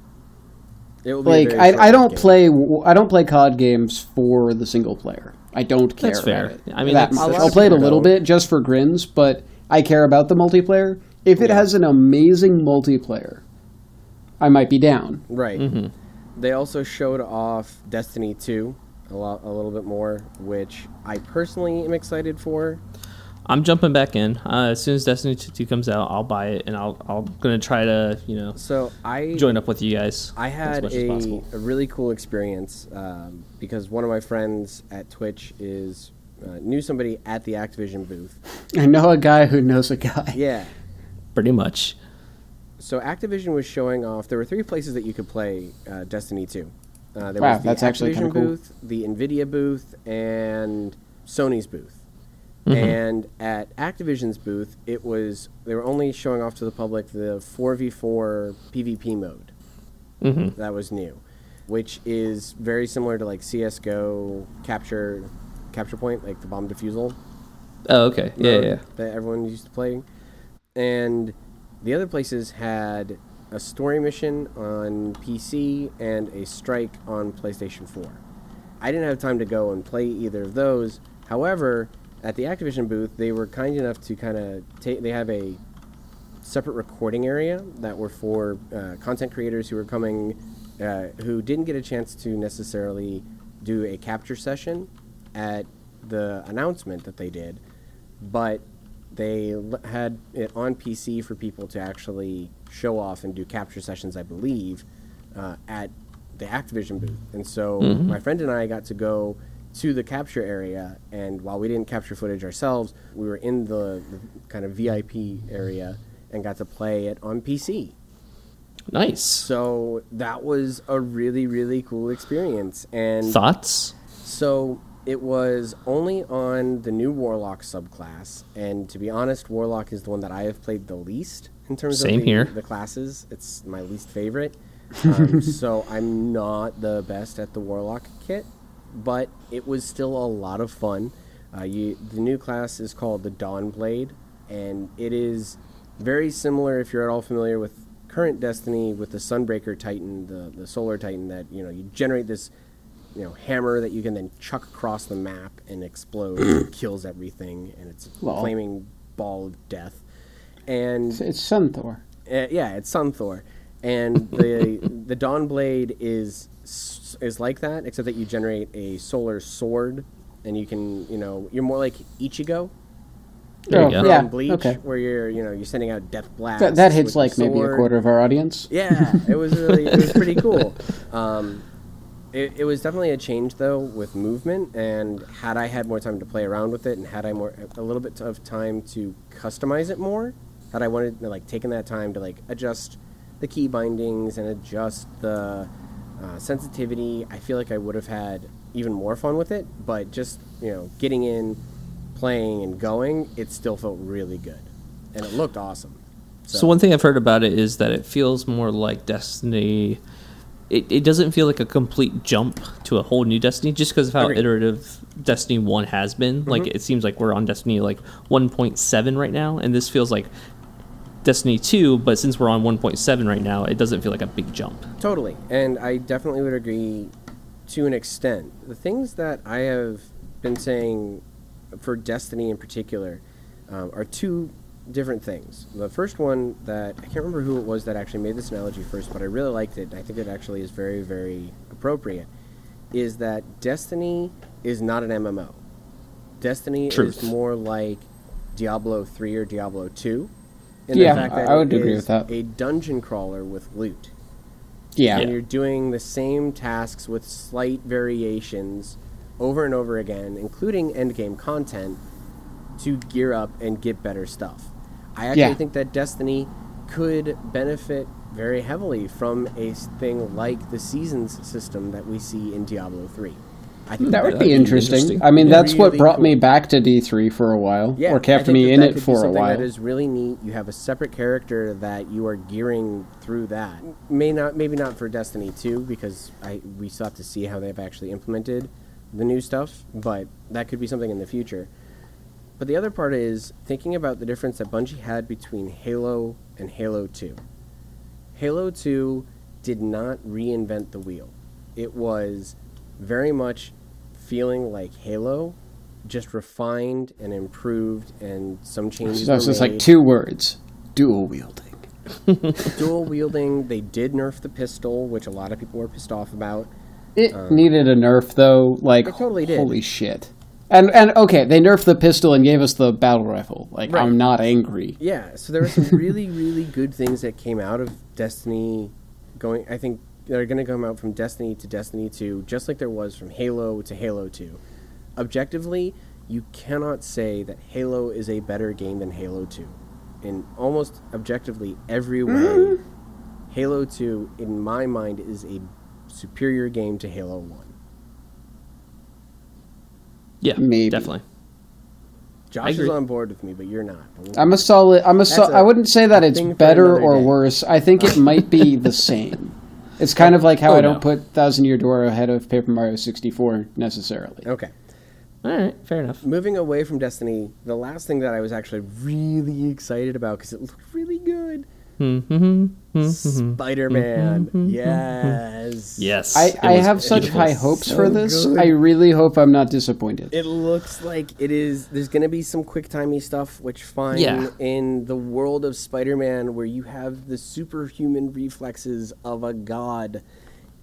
It will be a like very I, I short don't game. play w- I don't play COD games for the single player. I don't care. That's fair. About it I mean, that that's- much. that's- I'll play it a little Don't. bit just for grins, but I care about the multiplayer. If it Yeah. has an amazing multiplayer, I might be down. Right. They also showed off Destiny 2 a lot, a little bit more, which I personally am excited for. I'm jumping back in uh, as soon as Destiny 2 comes out. I'll buy it and I'll I'm gonna try to you know So I join up with you guys. I had as much as a, possible. a really cool experience um, because one of my friends at Twitch is uh, knew somebody at the Activision booth. I know a guy who knows a guy. Yeah. pretty much. So Activision was showing off. There were three places that you could play uh, Destiny 2. Uh, there Wow, was the that's actually Activision kinda cool. booth, the Nvidia booth, and Sony's booth. Mm-hmm. And at Activision's booth, it was they were only showing off to the public the 4v4 PvP mode. Mm-hmm. that was new, which is very similar to like CS:GO capture capture point, like the bomb defusal. Oh, okay. Yeah, yeah. mode yeah. That everyone used to playing, and the other places had a story mission on PC and a strike on PlayStation 4. I didn't have time to go and play either of those. However, at the Activision booth, they were kind enough to kind of take. They have a separate recording area that were for uh, content creators who were coming, uh, who didn't get a chance to necessarily do a capture session at the announcement that they did, but they l- had it on PC for people to actually show off and do capture sessions, I believe, uh, at the Activision booth. And so Mm-hmm. my friend and I got to go to the capture area, and while we didn't capture footage ourselves, we were in the, the kind of VIP area and got to play it on PC. Nice. So that was a really, really cool experience. And Thoughts? so it was only on the new Warlock subclass, and to be honest, Warlock is the one that I have played the least in terms Same of the, here. the classes. It's my least favorite. Um, so I'm not the best at the Warlock kit, but it was still a lot of fun. Uh, you, the new class is called the Dawnblade, and it is very similar if you're at all familiar with current Destiny with the Sunbreaker Titan, the, the Solar Titan that you know you generate this you know hammer that you can then chuck across the map and explodes and kills everything and it's a Lol. flaming ball of death and It's, it's Sunthor. [LAUGHS] uh, yeah it's sun thor and the the dawn blade is s- is like that, except that you generate a solar sword, and you can, you know, you're more like Ichigo There you Oh, go. from yeah. Bleach, Okay. where you're, you know, you're sending out death blasts. That, that hits with your like maybe a sword. quarter of our audience. Yeah, it was really, it was pretty cool. Um, it, it was definitely a change though with movement, and had I had more time to play around with it, and had I more a little bit of time to customize it more, had I wanted like taken that time to like adjust the key bindings and adjust the uh, sensitivity, I feel like I would have had even more fun with it. But just you know, getting in, playing, and going, it still felt really good, and it looked awesome. So one thing I've heard about it is that it feels more like Destiny. It, it doesn't feel like a complete jump to a whole new Destiny, just because of how Agreed. iterative Destiny One has been. Mm-hmm. Like it seems like we're on Destiny like 1.7 right now, and this feels like Destiny Two. But since we're on 1.7 right now, it doesn't feel like a big jump. Totally. And I definitely would agree to an extent. The things that I have been saying for Destiny in particular um, are two different things. The first one that I can't remember who it was that actually made this analogy first, but I really liked it. And I think it actually is very, very appropriate. Is that Destiny is not an MMO. Destiny Truth. is more like Diablo 3 or Diablo 2. In Yeah, the fact I- that I would it agree is with that. A dungeon crawler with loot Yeah. and you're doing the same tasks with slight variations over and over again, including endgame content, to gear up and get better stuff. I actually Yeah. think that Destiny could benefit very heavily from a s- thing like the seasons system that we see in Diablo 3. I think That would That'd be be interesting. interesting. I mean, Yeah. that's what Really brought me cool. back to D3 for a while, yeah, or I kept think me that in that it could be for a something while. That is really neat. You have a separate character that you are gearing through that. May not, maybe not for Destiny two because I we still have to see how they've actually implemented the new stuff. But that could be something in the future. But the other part is thinking about the difference that Bungie had between Halo and Halo two. Halo 2 did not reinvent the wheel. It was very much feeling like Halo, just refined and improved, and some changes. So it's were just made. like two words: dual wielding. dual wielding. They did nerf the pistol, which a lot of people were pissed off about. It needed a nerf, though. Like, Uh, It totally did. holy shit! And and okay, they nerfed the pistol and gave us the battle rifle. Like, Right. I'm not angry. Yeah, so there were some really, really good things that came out of Destiny. Going, I think they're going to come out from Destiny to Destiny Two, just like there was from Halo to Halo Two. Objectively, you cannot say that Halo is a better game than Halo Two. In almost objectively every way, Halo Two, in my mind, is a superior game to Halo One. Yeah, Maybe. definitely. I Josh is agree. on board with me, but you're not. I'm a solid. I'm a. So, That's a I wouldn't say that it's thing for better another or day. worse. I think it might [LAUGHS] be the same. It's kind of like how Oh, I don't no. put Thousand Year Door ahead of Paper Mario 64 necessarily. okay. All right, fair enough. moving away from Destiny, the last thing that I was actually really excited about because it looked really good, Hmm, Spider Man. Yes. Mm-hmm. Yes, I, it I was have such beautiful. high hopes So for this. good. I really hope I'm not disappointed. It looks like it is. There's going to be some quick timey stuff, which fine Yeah. in the world of Spider-Man, where you have the superhuman reflexes of a god.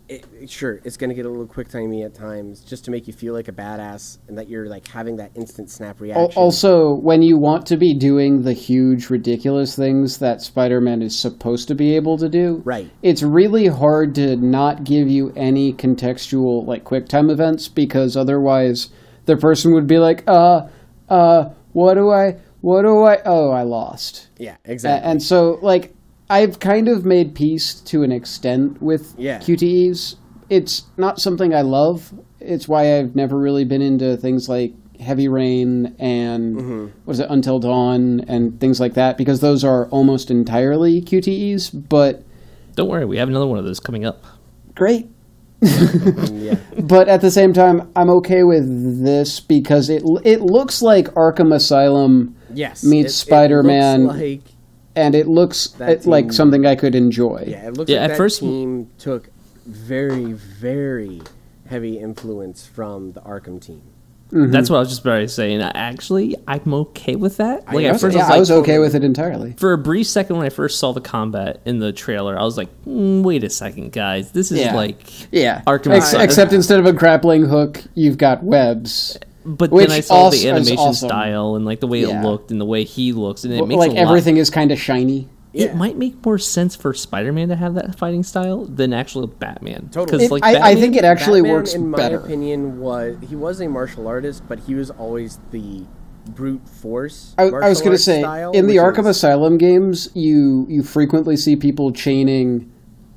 It, it- sure, it's going to get a little quick timey at times, just to make you feel like a badass and that you're like having that instant snap Al- reaction. Also, when you want to be doing the huge, ridiculous things that Spider Man is supposed to be able to do, Right. It's really hard to not give you any contextual, like quick time events, because otherwise the person would be like, "Uh, uh, what do I? What do I? Oh, I lost." yeah, A- exactly. And so, like, I've kind of made peace to an extent with Yeah. QTEs. It's not something I love. It's why I've never really been into things like Heavy Rain and Mm-hmm. what is it, Until Dawn and things like that, because those are almost entirely QTEs. But Don't worry, we have another one of those coming up. great. yeah. But at the same time, I'm okay with this because it it looks like Arkham Asylum Yes. it- meets it Spider-Man. looks like and it looks That it- like team- something I could enjoy. Yeah, it looks Yeah, like at that first- team took very, very heavy influence from the Arkham team. Mm-hmm. That's what I was just about to say. And I- actually, I'm okay with that. Like I at was- first, yeah, I was like, I was okay with it entirely. for a brief second when I first saw the combat in the trailer, I was like, mm, "Wait a second, guys, this is Yeah. like." Yeah, Arkham Ex- Asylum. except instead of a grappling hook, you've got webs. But Which then I saw also is the animation awesome. style and like the way Yeah. it looked and the way he looks, and it makes like a lot everything is kind of shiny. Yeah. It might make more sense for Spider-Man to have that fighting style than actual Batman. Totally. Because It- like I, I Batman- think it actually Batman, works in my better. opinion, was he was a martial artist, but he was always the brute force. I, I was martial going to arts say style, in the which Arkham is- Asylum games, you you frequently see people chaining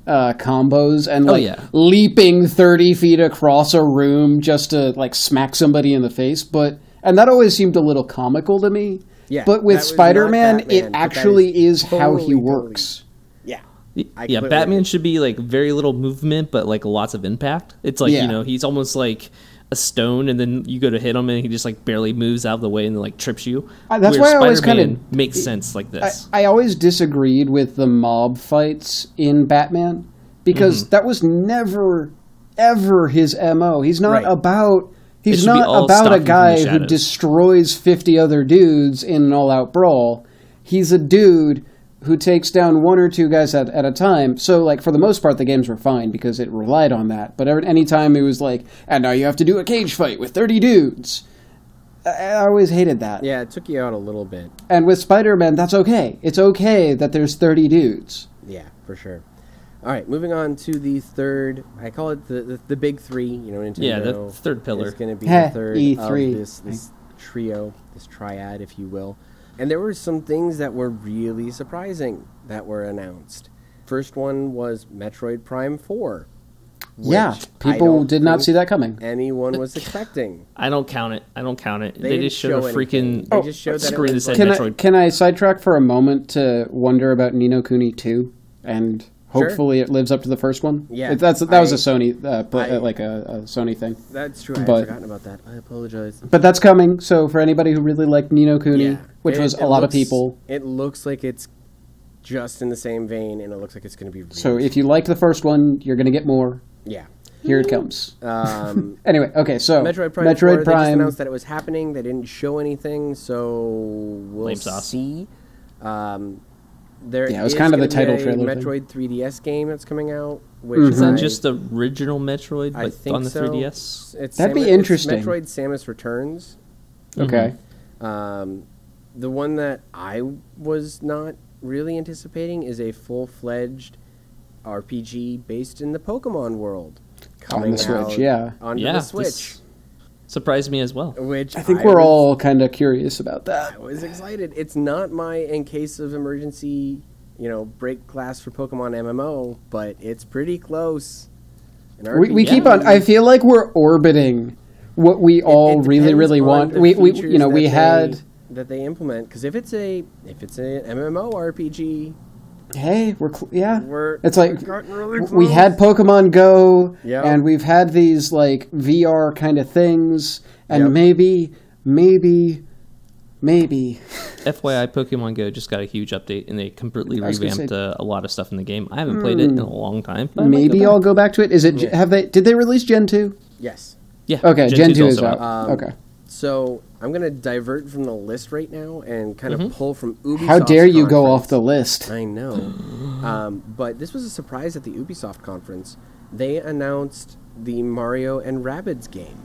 uh, combos and Oh, like yeah. leaping thirty feet across a room just to like smack somebody in the face. But and that always seemed a little comical to me. Yeah, but that was with not Spider-Man, Batman, it but that actually is is, how he totally, totally- works. yeah, I yeah, completely Batman agree. should be like very little movement, but like lots of impact. It's like Yeah. you know he's almost like a stone, and then you go to hit him, and he just like barely moves out of the way and like trips you. Uh, that's Where why I always kinda- Spider-Man makes sense like this. I, I always disagreed with the mob fights in Batman because Mm-hmm. that was never, ever his mo. He's not Right. about. He's should be not all about a stalking from the guy who shadows. destroys fifty other dudes in an all-out brawl. He's a dude who takes down one or two guys at, at a time. So, like for the most part, the games were fine because it relied on that. But every, any time it was like, and now you have to do a cage fight with thirty dudes. I, I always hated that. yeah, it took you out a little bit. And with Spider Man, that's okay. It's okay that there's 30 dudes. Yeah, for sure. All right, moving on to the third. I call it the the, the big three. You know, Nintendo. Yeah, the third pillar. is going to be Heh, E the third E3. of this this trio, this triad, if you will. And there were some things that were really surprising that were announced. First one was Metroid Prime Four. which yeah. I People don't did not think see that coming. Anyone was expecting. I don't count it. I don't count it. They, didn't just showed show a freaking anything. They just showed that it screen that was like- said Oh, Can I, Metroid. can I sidetrack for a moment to wonder about Nino Cooney 2? And Sure. hopefully it lives up to the first one? Yeah, It- That's, that was a I- Sony, uh, pla- I- uh, like a, a Sony thing. That's true. I had But- forgotten about that. I apologize. But that's coming. So for anybody who really liked Nino Cooney, which It- was it a lot looks- of people. It looks like it's just in the same vein, and it looks like it's going to be. Really So if you liked the first one, you're going to get more. yeah. Here it comes. Um, [LAUGHS] Anyway, okay, so Hmm. Metroid Prime. 4, Oh, Metroid They just Prime. announced that it was happening. They didn't show anything, so we'll Lame sauce. see. Um, there Yeah, it was is kind of gonna the title be a trailer thing. Mm-hmm. Metroid 3DS game that's coming out, which Is that I- just the original Metroid, I but think on the so. 3DS? It's That'd be Samus- interesting. It's Metroid Samus Returns. okay. Um, the one that I was not really anticipating is a full-fledged RPG based in the Pokemon world. On Coming the Switch, out yeah. Onto Yeah, the this- Switch. Surprised me as well. Which I think we're was- all kind of curious about that. I was excited. It's not my in case of emergency, you know, break glass for Pokemon MMO, but it's pretty close. An We, we RPG. keep on. I feel like we're orbiting what we all It really, depends really on want. the We, we, features you know, that we they- had. that they implement because if it's a if it's an MMO RPG, Hey, we're cl- yeah. We're- it's like we've gotten really w- we close. had Pokemon Go, Yep. and we've had these like VR kind of things, and Yep. maybe, maybe, maybe. FYI, Pokemon Go just got a huge update, and they completely was gonna revamped say- Hmm. uh, a lot of stuff in the game. I haven't played it in a long time. But I might Maybe go I'll back. go back to it. Is it? Yeah. Have they? Did they release Gen two? yes. Yeah. Okay, Gen, two's two is also out. Um, okay. So I'm gonna divert from the list right now and kind Mm-hmm. of pull from Ubisoft. How dare you go off the list? I know. Um, but this was a surprise at the Ubisoft conference. They announced the Mario and Rabbids game.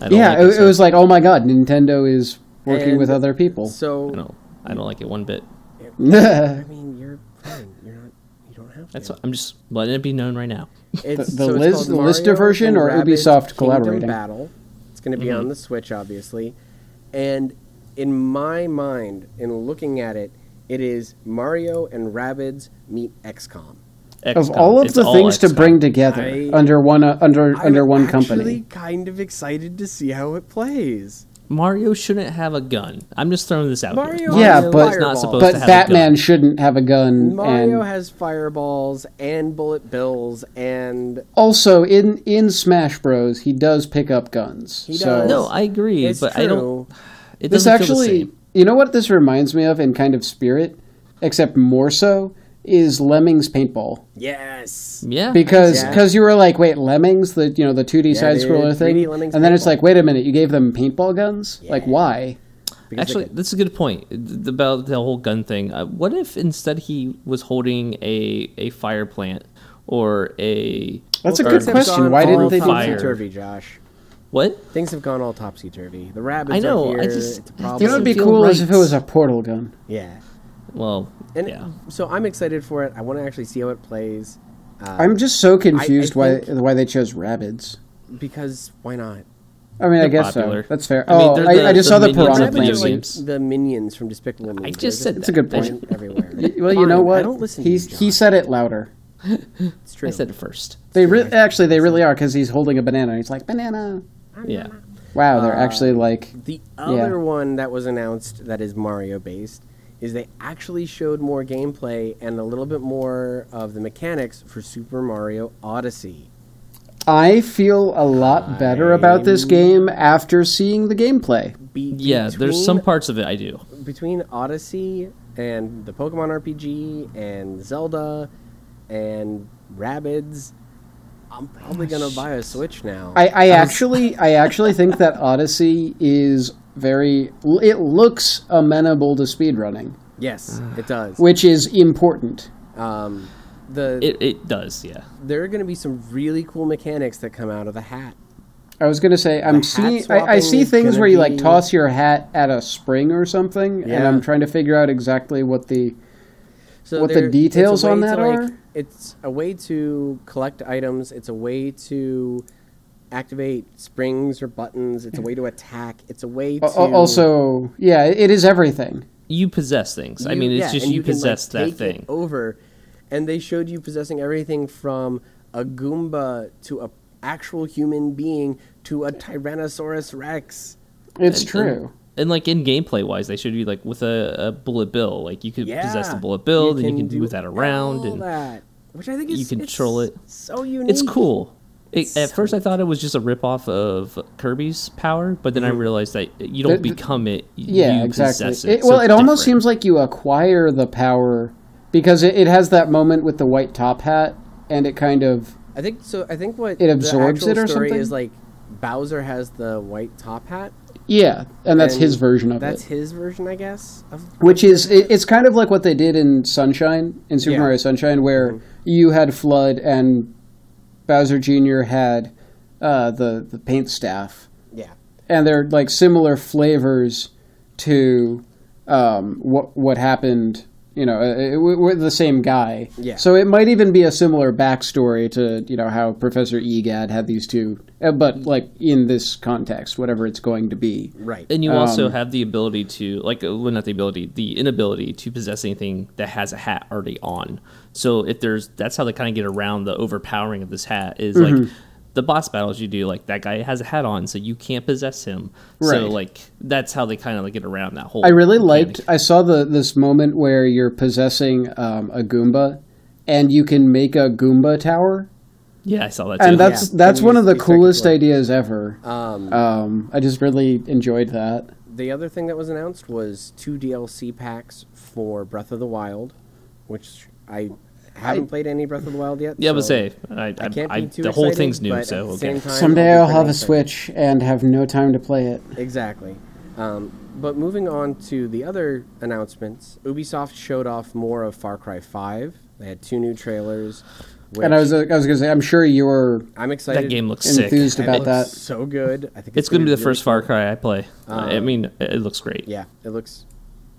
I don't Yeah, like it, it so- was like, oh my god, Nintendo is working with And other people. So Oh, I don't. I don't like it one bit. [LAUGHS] I mean, you're fine. You're not. You don't have to. That's. I'm just letting it be known right now. It's- the so it's Liz- called the Lister Mario version and or Rabbids Ubisoft Kingdom collaborating? Mm-hmm. Battle. It's going to be on the Switch, obviously. And in my mind, in looking at it, it is Mario and Rabbids meet XCOM. of XCOM. all of It's the all things to XCOM. bring together I- under one uh, under under I'm one actually company. kind of excited to see how it plays. Mario shouldn't have a gun. I'm just throwing this out. Mario here. Yeah, has but- Mario's not fireballs. supposed But to have Batman A gun. shouldn't have a gun. Mario and has fireballs and bullet bills and also in in Smash Bros, he does pick up guns. He so does. No, I agree, It's but I don't. true. It this doesn't feel the actually, same. you know what this reminds me of in kind of spirit, except more so is Lemmings Paintball Yes. Yeah. because Yeah. because you were like, wait, Lemmings, the you know the two D side dude, scroller 3D thing, Lemmings and then it's Paintball. like, wait a minute, you gave them paintball guns? Like Yeah. why? Because they Actually, could- that's a good point th- about the whole gun thing. Uh, what if instead he was holding a, a fire plant or a That's a Well, good things have question. gone Why didn't all they do fire. that? topsy-turvy, Josh? what? Things have gone all topsy turvy. The rabbits I know, are here. I just- it's a I problem. You know, it'd be Doesn't feel cool is if right. it was a portal gun. yeah. Well, And yeah. so I'm excited for it. I want to actually see how it plays. Uh, I'm just so confused why think- why they chose rabbits. because why not? I mean, I They're guess popular. so. That's fair. I mean, oh, they're I, the- I just the saw the minions of piranha the Rabbits plant are Disney. scene. like games. the minions from Despicable Me. I just They're said That's a good flying point. [LAUGHS] everywhere. Well, you know Fine, what? I don't listen. He's to you, he Josh. said it louder. it's true. I said it first. They re- actually they really are because he's holding a banana. He's like banana. Yeah. Wow, Uh, they're actually like The other one that was announced that is Mario based is they actually showed more gameplay and a little bit more of the mechanics for Super Mario Odyssey. I feel a lot better about this game after seeing the gameplay. Be- Yeah, there's some between- parts of it I do. between Odyssey and the Pokemon RPG and Zelda and Rabbids, I'm probably gonna buy a Switch now. I, I actually I actually think that Odyssey is very it looks amenable to speedrunning, yes, it does. which is important. Um, the It, it does, yeah. there are gonna be some really cool mechanics that come out of the hat. I was gonna say I'm The hat seeing I, I see swapping is things gonna where you like be- toss your hat at a spring or something, and Yeah. I'm trying to figure out exactly what the So What the there- it's a details way on to, that like- are? It's a way to collect items. It's a way to activate springs or buttons. It's a way to attack. It's a way to al- al- also yeah it is everything. You possess things. I You- mean, it's yeah, just and you, can, like, possess take that it thing. over, and they showed you possessing everything from a Goomba to a actual human being to a Tyrannosaurus Rex. It's And- true. And, and, like in gameplay wise, they showed you like with a, a bullet bill. Like you could Yeah, possess the bullet bill, then you can do move that around, all and that, which I think you is control it's it. So unique. it's cool. It, at So- first, I thought it was just a ripoff of Kirby's power, but then I realized that you don't The- the- become it. y- Mm-hmm. yeah you exactly possess It- so well it it's almost different. seems like you acquire the power because it, it has that moment with the white top hat and it kind of I think so. I think what It absorbs the actual it or story something? is like Bowser has the white top hat. yeah and that's and his version of That's it his version, I guess. Of which is it, it's kind of like what they did in sunshine in super Yeah. Mm-hmm. mario sunshine where you had flood and bowser jr had uh, the, the paint staff yeah. and they're like similar flavors to um, what what happened. You know, uh, it, we- we're the same guy. Yeah. So it might even be a similar backstory to you know how Professor Egad had these two, uh, but like in this context, whatever it's going to be. Right. And you also Um, have the ability to, like, uh, well, not the ability, the inability to possess anything that has a hat already on. So if there's, that's how they kind of get around the overpowering of this hat is like Mm-hmm. the boss battles you do, like that guy has a hat on, so you can't possess him. So Right. like that's how they kind of like get around that whole. I really mechanic. liked. I saw the this moment where you're possessing um, a Goomba, and you can make a Goomba tower, Yeah, I saw that. Too. and that's Yeah. that's And one you- of the you start to coolest play. ideas ever. Um, um, I just really enjoyed that. the other thing that was announced was two DLC packs for Breath of the Wild, which I haven't played any Breath of the Wild yet. yeah, but so say I, I, I can't I- be too the whole excited, thing's new, but at so the okay. same time, Someday I'll I'll be have a pretty excited. Switch and have no time to play it. Exactly. Um, but moving on to the other announcements, Ubisoft showed off more of Far Cry 5. They had two new trailers. Which And I was I was gonna say I'm sure you were I'm excited. That game looks enthused sick. It about looks that. So good. I think It's going to be gonna the really Um, first Far Cry I play. I mean, it it looks great. Yeah, it looks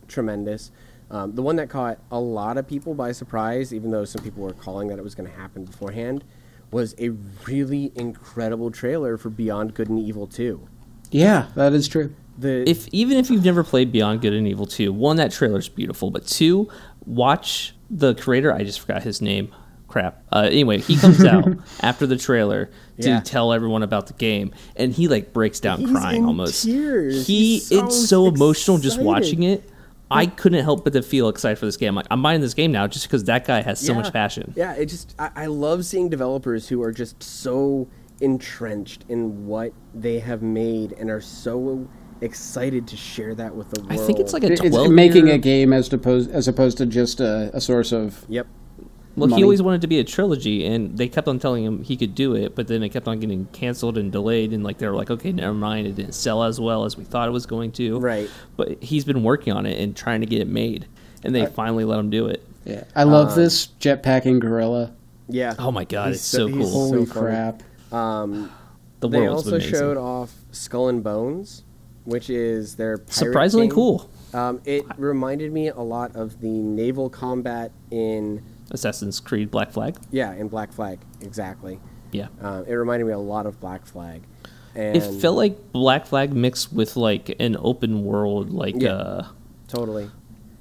tremendous. Um, the one that caught a lot of people by surprise, even though some people were calling that it was going to happen beforehand, was a really incredible trailer for Beyond Good and Evil 2. Yeah, that is true. The if even if you've never played Beyond Good and Evil 2, one that trailer's beautiful, but two, watch the creator, I just forgot his name. Crap. Uh, anyway, he [LAUGHS] comes out after the trailer to Yeah. tell everyone about the game, and he like breaks down He's crying in almost. tears. He He's so it's so emotional just excited. watching it. I couldn't help but to feel excited for this game. Like I'm buying this game now just because that guy has so Yeah. much passion. Yeah, it just I, I love seeing developers who are just so entrenched in what they have made and are so excited to share that with the world. I think it's like a It- it's twelve. making year- a game as opposed as opposed to just a, a source of Yep. Well, money. he always wanted to be a trilogy, and they kept on telling him he could do it, but then it kept on getting canceled and delayed, and like they were like, okay, never mind, it didn't sell as well as we thought it was going to. Right. But he's been working on it and trying to get it made, and Uh, they finally let him do it. Yeah, I love this jetpacking gorilla. Yeah. Oh my god, He's it's so, he's cool. so funny. Holy crap! The They world's also amazing. showed off Skull and Bones, which is their pirate Surprisingly game. cool. Um, it reminded me a lot of the naval combat in Assassin's Creed Black Flag. yeah in Black Flag exactly. Yeah. Um, it reminded me a lot of Black Flag. And It felt like Black Flag mixed with like an open world, like Yeah. uh, totally.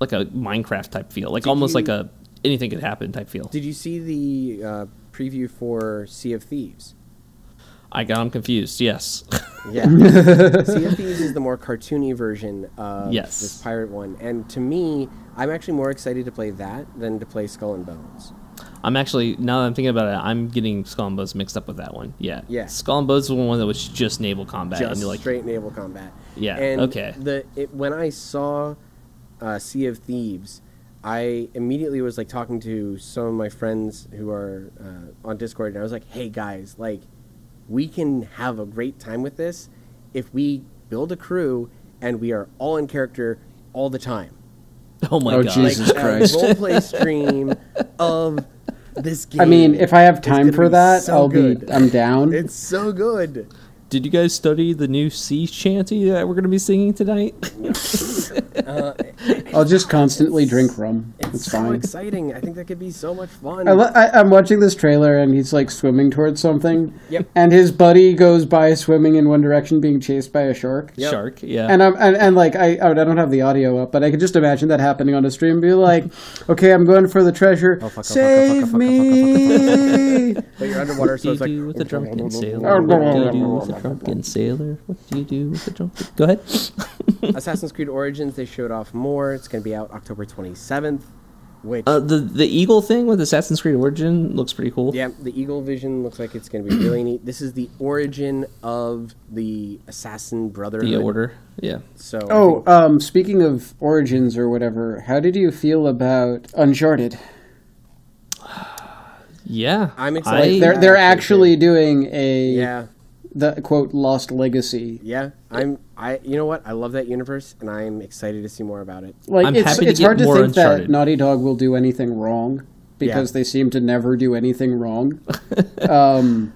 like a Minecraft type feel, like almost you- like a anything could happen type feel. Did you see the uh, preview for Sea of [LAUGHS] Thieves? I got him confused. Yes. Yeah. sea of Thieves is the more cartoony version of Yes. this pirate one, and to me, I'm actually more excited to play that than to play Skull and Bones. I'm actually now that I'm thinking about it, I'm getting Skull and Bones mixed up with that one. Yeah. Yeah. Skull and Bones was one that was just naval combat. and Just you're like, straight naval combat. Yeah, And okay. The it, when I saw uh, Sea of Thieves, I immediately was like talking to some of my friends who are uh, on Discord, and I was like, "Hey guys, like, we can have a great time with this if we build a crew and we are all in character all the time." oh my Oh, god. Jesus. like Christ. a [LAUGHS] roleplay stream of this game. I mean, if I have time gonna for be that, so I'll good. be I'm down. it's so good. Did you guys study the new sea shanty that we're gonna be singing tonight? [LAUGHS] I'll just constantly drink rum. It's, It's, so fine. exciting. I think that could be so much fun. I lo- I, I'm watching this trailer and he's like swimming towards something. Yep. And his buddy goes by swimming in one direction, being chased by a shark. Yep. Shark. Yeah. And I'm and, and like I I don't have the audio up, but I could just imagine that happening on a stream. Be like, okay, I'm going for the treasure. fuck, oh, fuck, oh, fuck, oh, Save fuck, oh, fuck, me. but you're underwater, so it's What [LAUGHS] do you do like with a drunken Oh, sailor? What do you do with a drunken sailor? What do you do with a drunken? Go ahead. [LAUGHS] Assassin's Creed Origins. They showed off more. It's going to be out October 27th. Which, [LAUGHS] Uh, the the eagle thing with Assassin's Creed Origin looks pretty cool. yeah, the Eagle Vision looks like it's going to be really neat. This is the origin of the Assassin Brotherhood. The order. Yeah. So, I Oh, think- um, speaking of origins or whatever, how did you feel about Uncharted? Yeah. I'm excited. I- They're Yeah, they're I actually appreciate doing a yeah, the quote lost legacy. yeah. I'm, I, you know what? I love that universe, and I'm excited to see more about it. Like I'm it's happy to it's get hard to more think Uncharted. that Naughty Dog will do anything wrong because Yeah. they seem to never do anything [LAUGHS] wrong. They do,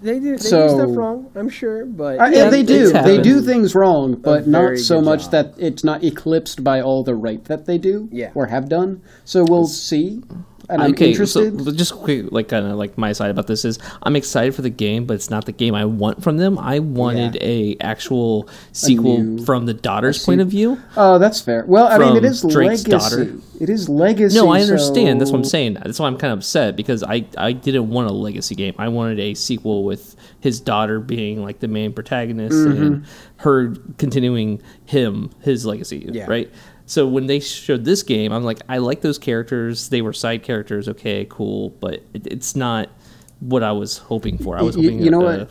they do So- stuff wrong, I'm sure, but I- Yeah, they it's do they happened. do things wrong, but very not so good much job. that it's not eclipsed by all the right that they do Yeah. or have done. So we'll see, and I'm okay, interested. so just quick, like kind of like my side about this is, I'm excited for the game, but it's not the game I want from them. I wanted Yeah. a actual sequel new- from the daughter's point of view. Oh, that's fair. Well, I mean, From it is Drake's legacy. daughter. It is legacy. No, I understand. That's what I'm so- saying. That's why I'm kind of upset because I I didn't want a legacy game. I wanted a sequel with his daughter being like the main protagonist and Mm-hmm. her continuing him his legacy. Yeah. Right. So when they showed this game, I'm like, I like those characters. They were side characters. Okay, cool, but it, it's not what I was hoping for. I was Y- y- hoping you know uh, what?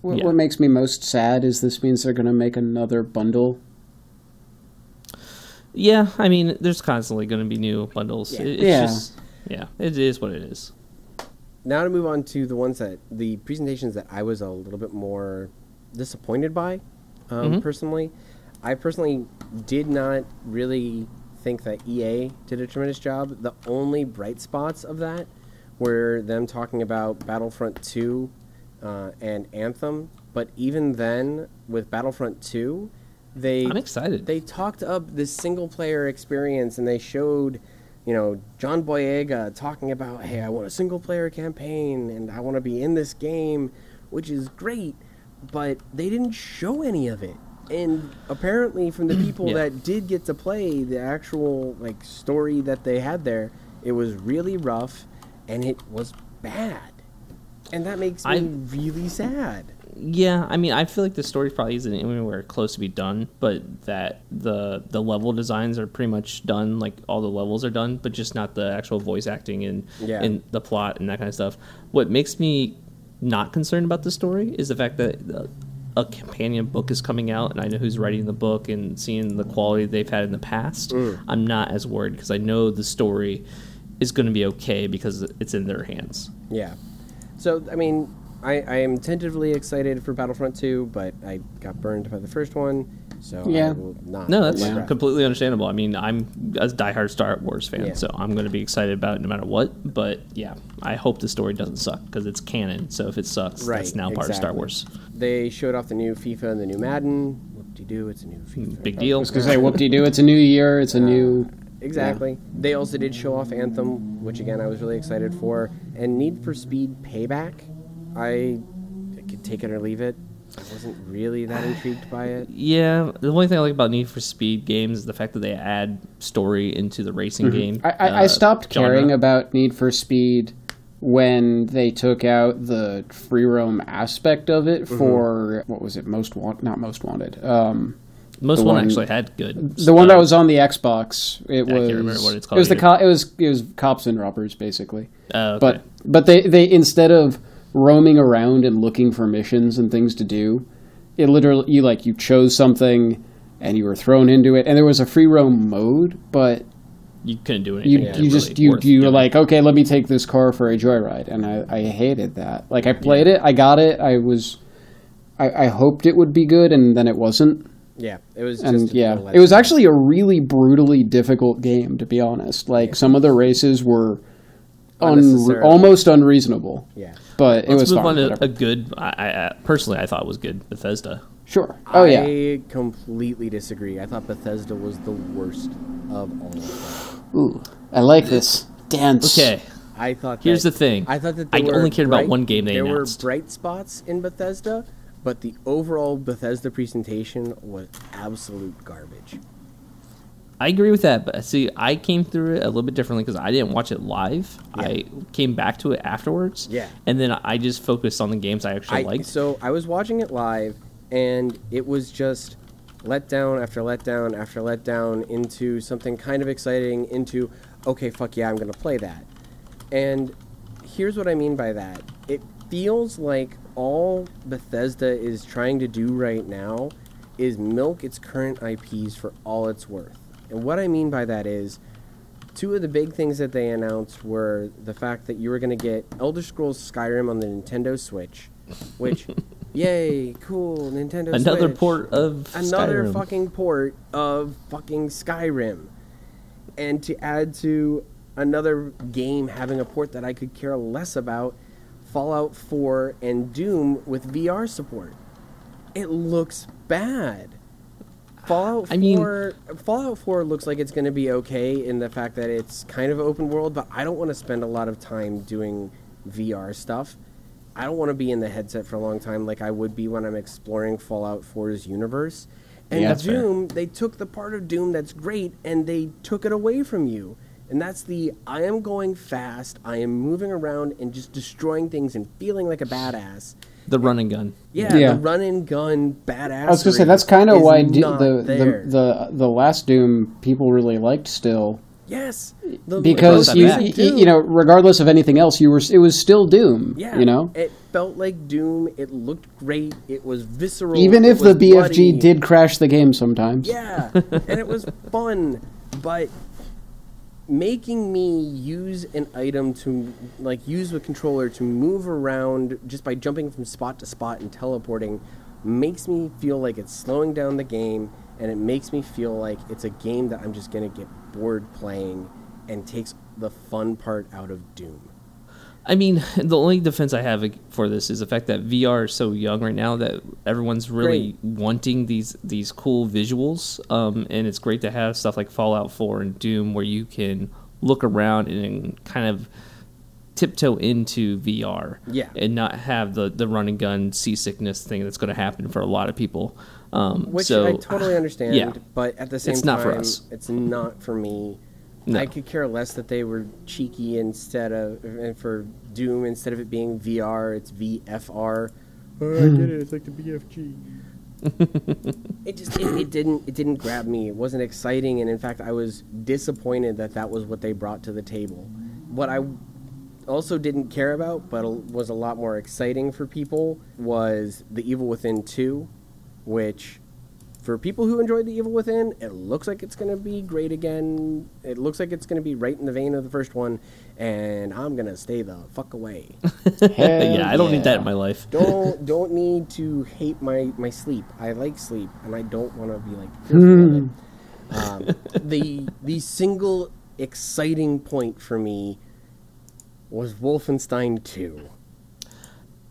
What, Yeah. what makes me most sad is this means they're going to make another bundle. Yeah, I mean, there's constantly going to be new bundles. It- it's Yeah. just yeah, it is what it is. now to move on to the ones that the presentations that I was a little bit more disappointed by, Mm-hmm. um, personally. I personally did not really think that EA did a tremendous job. The only bright spots of that were them talking about Battlefront 2 uh, and Anthem. But even then, with Battlefront 2, they I'm excited. they talked up this single player experience and they showed you know john boyega talking about hey i want a single player campaign and i want to be in this game which is great but they didn't show any of it and apparently from the people Yeah. that did get to play the actual like story that they had there it was really rough and it was bad and that makes me I- really sad Yeah, I mean, I feel like the story probably isn't anywhere close to be done, but that the the level designs are pretty much done, like all the levels are done, but just not the actual voice acting and Yeah. and the plot and that kind of stuff. What makes me not concerned about the story is the fact that uh, a companion book is coming out and I know who's writing the book and seeing the quality they've had in the past, I'm not as worried because I know the story is going to be okay because it's in their hands. Yeah. So I mean, I, I am tentatively excited for Battlefront 2, but I got burned by the first one, so I Yeah. will not. No, that's Yeah. completely understandable. I mean, I'm a diehard Star Wars fan, Yeah. so I'm going to be excited about it no matter what. But yeah, I hope the story doesn't suck because it's canon. So if it sucks, Right, that's now part of Star exactly. Wars. They showed off the new FIFA and the new Madden. Whoop de doo, it's a new FIFA. Mm, Big deal. Because they whoop de doo, it's a new year, it's a new. Exactly. They also did show off Anthem, which again I was really excited for, and Need for Speed Payback. I could take it or leave it. I wasn't really that intrigued by it. Yeah, the only thing I like about Need for Speed games is the fact that they add story into the racing game. Mm-hmm. I, I, I uh, stopped genre. caring about Need for Speed when they took out the free roam aspect of it Mm-hmm. for what was it? Most want, not most wanted. Um, Most the one one- actually had good. the one uh, that was on the Xbox. It I was. can't remember what it's It was the called co- it was it was cops and robbers basically. uh, okay. But but they they instead of roaming around and looking for missions and things to do, it literally you like you chose something and you were thrown into it and there was a free roam mode, but you couldn't do you anything. that you just really you worth you were doing. like okay, let me take this car for a joyride and I I hated that. Like I played it, I got it, I was I, I hoped it would be good and then it wasn't. Yeah, it was just. And a yeah, total it was letdown. actually a really brutally difficult game to be honest. Like some of the races were un- Unnecessarily. almost unreasonable. Yeah. But it Let's was move fun. on to whatever. a good. I, I, I personally I thought was good Bethesda. sure. Oh yeah. I completely disagree. I thought Bethesda was the worst of all. Of them. Ooh, I like this dance. Okay, I thought. Here's that- the thing. I thought that I there were only cared about bright- one game they There announced. were bright spots in Bethesda, but the overall Bethesda presentation was absolute garbage. I agree with that, but see, I came through it a little bit differently because I didn't watch it live. Yeah. I came back to it afterwards. Yeah. and then I just focused on the games I actually I, liked. So I was watching it live, and it was just letdown after letdown after letdown into something kind of exciting. Into okay, fuck yeah, I'm gonna play that. And here's what I mean by that. It feels like all Bethesda is trying to do right now is milk its current IPs for all it's worth. And what I mean by that is two of the big things that they announced were the fact that you were going to get Elder Scrolls Skyrim on the Nintendo Switch, [LAUGHS] which, yay, cool, Nintendo Another Switch. port of Another Skyrim. fucking port of fucking Skyrim. And to add to another game having a port that I could care less about, Fallout 4 and Doom with VR support. It looks bad. Fallout 4 I mean- Fallout 4 looks like it's going to be okay in the fact that it's kind of open world, but I don't want to spend a lot of time doing VR stuff. I don't want to be in the headset for a long time like I would be when I'm exploring Fallout 4's universe. And Yeah, that's fair. Doom, they took the part of Doom that's great and they took it away from you. And that's the I am going fast, I am moving around and just destroying things and feeling like a badass. the run and gun. Yeah, Yeah. the run and gun badass. I was gonna say that's kind of why do, the, there. the the the last Doom people really liked still Yes, the- because that you, bad. you you know regardless of anything else you were it was still Doom. yeah, You know. it felt like Doom. It looked great. It was visceral. Even it if the was BFG bloody. did crash the game sometimes. Yeah, and it was fun, but making me use an item to like use a controller to move around just by jumping from spot to spot and teleporting makes me feel like it's slowing down the game and it makes me feel like it's a game that I'm just going to get bored playing and takes the fun part out of Doom. I mean, [LAUGHS] the only defense I have for this is the fact that VR is so young right now that everyone's really wanting these these cool visuals, um, and it's great to have stuff like Fallout Four and Doom where you can look around and kind of tiptoe into VR, Yeah. and not have the the run and gun seasickness thing that's going to happen for a lot of people. Um, Which so, I totally understand, [LAUGHS] yeah. but at the same It's time, not for us. it's not for me. No. I could care less that they were cheeky instead of, and for Doom, instead of it being VR, it's VFR. Oh, I get it. It's like the BFG. it just it, it didn't it didn't grab me. It wasn't exciting, and in fact, I was disappointed that that was what they brought to the table. What I also didn't care about, but was a lot more exciting for people, was The Evil Within 2, which, for people who enjoyed The Evil Within, it looks like it's going to be great again. It looks like it's going to be right in the vein of the first one, and I'm going to stay the fuck away. yeah, I don't need that in my life. [LAUGHS] don't don't need to hate my, my sleep. I like sleep, and I don't want to be like Hmm. fearful of it. Um, the the single exciting point for me was Wolfenstein Two.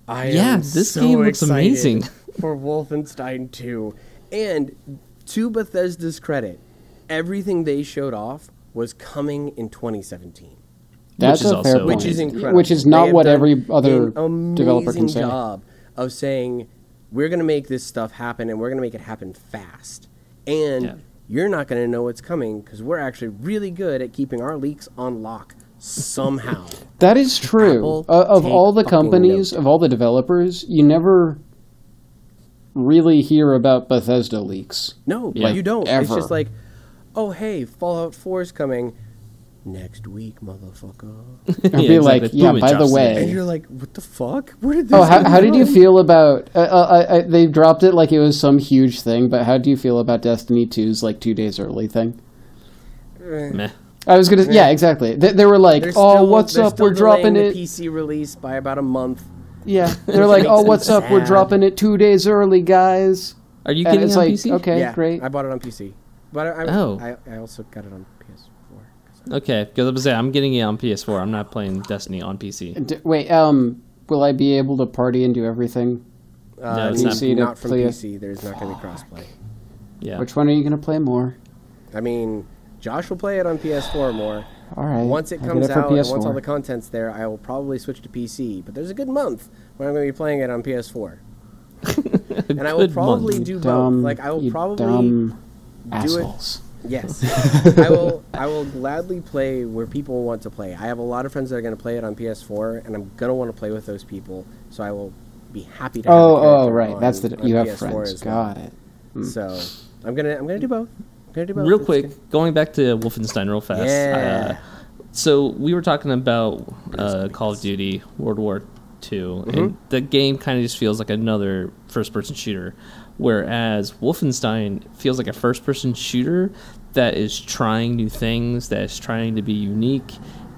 I Yeah, am this so game looks excited amazing. [LAUGHS] for Wolfenstein Two, and to Bethesda's credit, everything they showed off was coming in 2017 That's Which is a fair also- point. which is incredible. Which is They not have what done every other an amazing developer can say. job of saying we're going to make this stuff happen and we're going to make it happen fast. And Yeah. you're not going to know what's coming because we're actually really good at keeping our leaks on lock [LAUGHS] somehow. That is true. Apple, Uh, of take all the fucking notes. companies, of all the developers, you never really hear about Bethesda leaks. no, Yeah. you don't. It's Ever. just like, oh hey, Fallout 4 is coming next week, motherfucker. I'd [LAUGHS] Yeah, be exactly. like, yeah, Boom, it by the drops way. and you're like, what the fuck? Where did this? Oh, how, come how did you from?" feel about? Uh, uh, I, I, they dropped it like it was some huge thing, but how do you feel about Destiny 2's like two days early thing? Meh. I was gonna, yeah, exactly. They, they were like, They're oh, still- what's they're up? still We're dropping delaying it. the PC release by about a month. [LAUGHS] Yeah, they're like, oh, me what's up? We're sad. dropping it two days early, guys. Are you And getting it's on like, PC? okay, yeah, great. I bought it on PC, but I, I, Oh. I, I also got it on PS4. Okay, because I was saying, I'm getting it on PS4. I'm not playing Destiny on PC. D- wait, um, will I be able to party and do everything? Uh, No, it's not- not, PC to from play it. PC. There's not going to be crossplay. Yeah. Which one are you gonna play more? I mean, Josh will play it on PS4 more. All right. Once it I'll get comes it for out, and once PS4. all the content's there, I will probably switch to PC. But there's a good month when I'm going to be playing it on [LAUGHS] PS4, and I will Good month. probably do Dumb, both. Like I will you probably dumb it- assholes. Yes, [LAUGHS] I will. I will gladly play where people want to play. I have a lot of friends that are going to play it on PS4, and I'm going to want to play with those people. So I will be happy to. Have Oh, the oh, character right. on- That's the on you have PS4 friends. Mm. as well. Got it. So I'm gonna. I'm gonna do both. I'm gonna do both. real It's quick, good. going back to Wolfenstein real fast. Yeah. Uh, so we were talking about uh, Call of Duty World War II, and the game kind of just feels like another first-person shooter, whereas Wolfenstein feels like a first-person shooter that is trying new things, that is trying to be unique.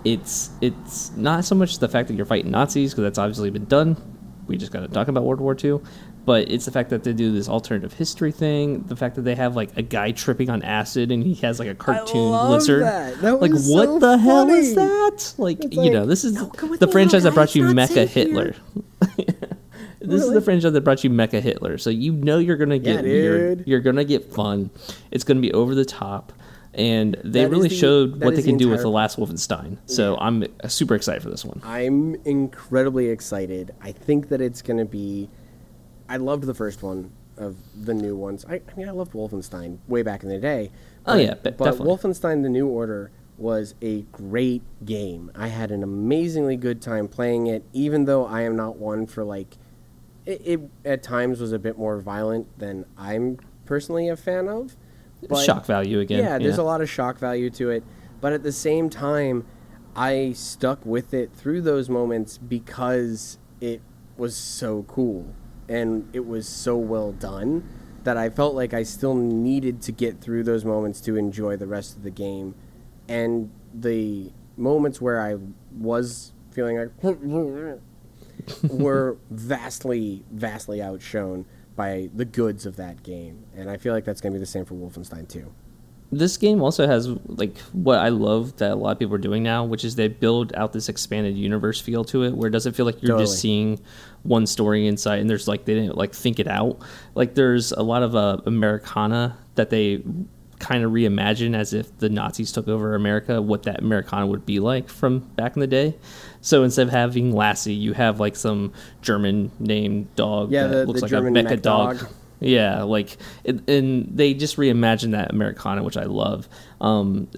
It's it's not so much the fact that you're fighting Nazis because that's obviously been done we just got to talk about World War II, but it's the fact that they do this alternative history thing, the fact that they have like a guy tripping on acid and he has like a cartoon love lizard. that. That like was what so the hell funny. is that? Like It's you like, know, this is "No, come with the me, franchise little that guy. brought It's not you Mecha safe here." Hitler. [LAUGHS] This is the franchise that brought you Mecha Hitler, so you know you're gonna Yeah, get weird. dude. You're gonna get fun. It's gonna be over the top, and they That is really the- showed that what they is the can do with entire- the last Wolfenstein. So I'm uh, super excited for this one. I'm incredibly excited. I think that it's gonna be. I loved the first one of the new ones. I, I mean, I loved Wolfenstein way back in the day. Oh, yeah, be- but definitely. Wolfenstein: The New Order was a great game. I had an amazingly good time playing it, even though I am not one for like. It, it at times was a bit more violent than I'm personally a fan of. But Shock value again. yeah, there's a lot of shock value to it, but at the same time, I stuck with it through those moments because it was so cool and it was so well done that I felt like I still needed to get through those moments to enjoy the rest of the game. And the moments where I was feeling like [LAUGHS] were vastly, vastly outshone by the goods of that game. And I feel like that's going to be the same for Wolfenstein too. this game also has like what I love that a lot of people are doing now, which is they build out this expanded universe feel to it, where it doesn't feel like you're Totally. just seeing one story inside, and there's like they didn't like think it out. Like there's a lot of uh, Americana that they kind of reimagine as if the Nazis took over America, what that Americana would be like from back in the day. So instead of having Lassie, you have like some German named dog Yeah, that the- looks the like German a Becca mech dog. dog. Yeah, like it, and they just reimagined that Americana, which I love. Um,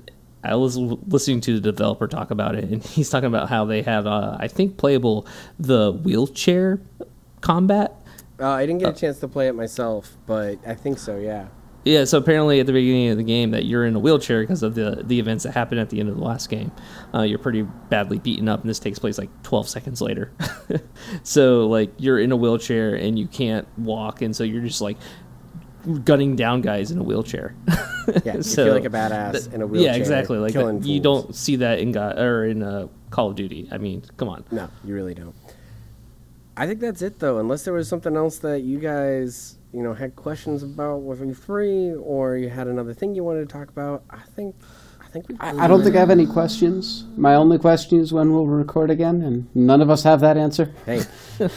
I was l- listening to the developer talk about it, and [LAUGHS] he's talking about how they have, uh, I think, playable the wheelchair combat. Oh. Uh, I didn't get a chance to play it myself, but I think so. Yeah. Yeah, so apparently at the beginning of the game that you're in a wheelchair because of the the events that happened at the end of the last game. Uh, you're pretty badly beaten up, and this takes place like 12 seconds later. [LAUGHS] so like you're in a wheelchair and you can't walk, and so you're just like gunning down guys in a wheelchair. [LAUGHS] Yeah, you So- feel like a badass in a wheelchair. yeah, exactly. Like killing that- you fools. don't see that in God or in uh, Call of Duty. I mean, come on. No, you really don't. I think that's it though, unless there was something else that you guys, you know, had questions about with E3 or you had another thing you wanted to talk about. I think I think we I, I don't think I have any questions. My only question is when we'll record again, and none of us have that answer. [LAUGHS] Hey,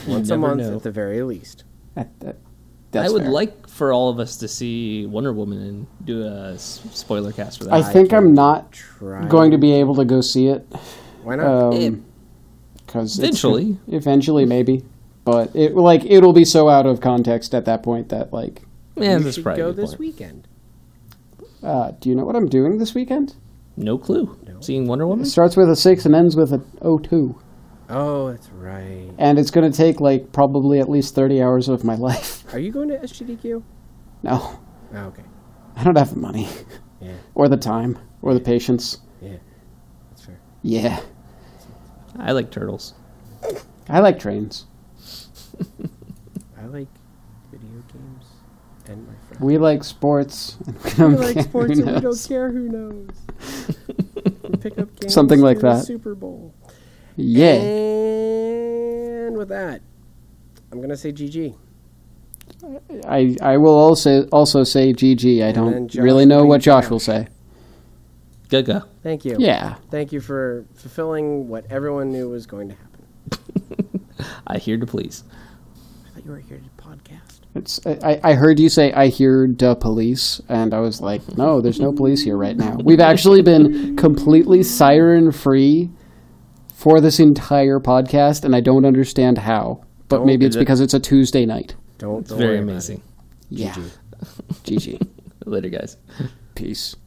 once a never month know. at the very least. That- that- that's I would fair. like for all of us to see Wonder Woman and do a s- spoiler cast for that. I think I'm not Try going to be able to go see it. Why not? Eh, Um 'cause it's- Eventually. eventually, maybe. But it like it'll be so out of context at that point that like, Man, you that's should probably a go good this point. weekend. uh, do you know what I'm doing this weekend? No clue. Seeing Wonder It Woman. starts with a six and ends with an O two, Oh, that's right. and it's going to take like probably at least thirty hours of my [LAUGHS] life. Are you going to SGDQ? No, Oh, okay. I don't have the money, Yeah, or the time, or the patience. yeah. That's fair. Yeah, I like turtles. I like trains. I like video games and my friends. We like sports. [LAUGHS] We like sports who and we don't knows? care who knows. we pick up games [LAUGHS] Something like through the that. Super Bowl. Yeah, And with that, I'm gonna say GG. I I will also also say GG. I then don't Josh really know what beats Josh Josh. will say. Gaga. Thank you. Yeah, Thank you for fulfilling what everyone knew was going to happen. I here to please. I thought you were here to podcast. it's I, I I heard you say I hear the police, and I was like, no, there's no police here right now. We've actually been completely siren free for this entire podcast, and I don't understand how. But Don't maybe it's it. because it's a Tuesday night. Don't. It's [LAUGHS] Very amazing. Yeah, GG, Later, guys. peace.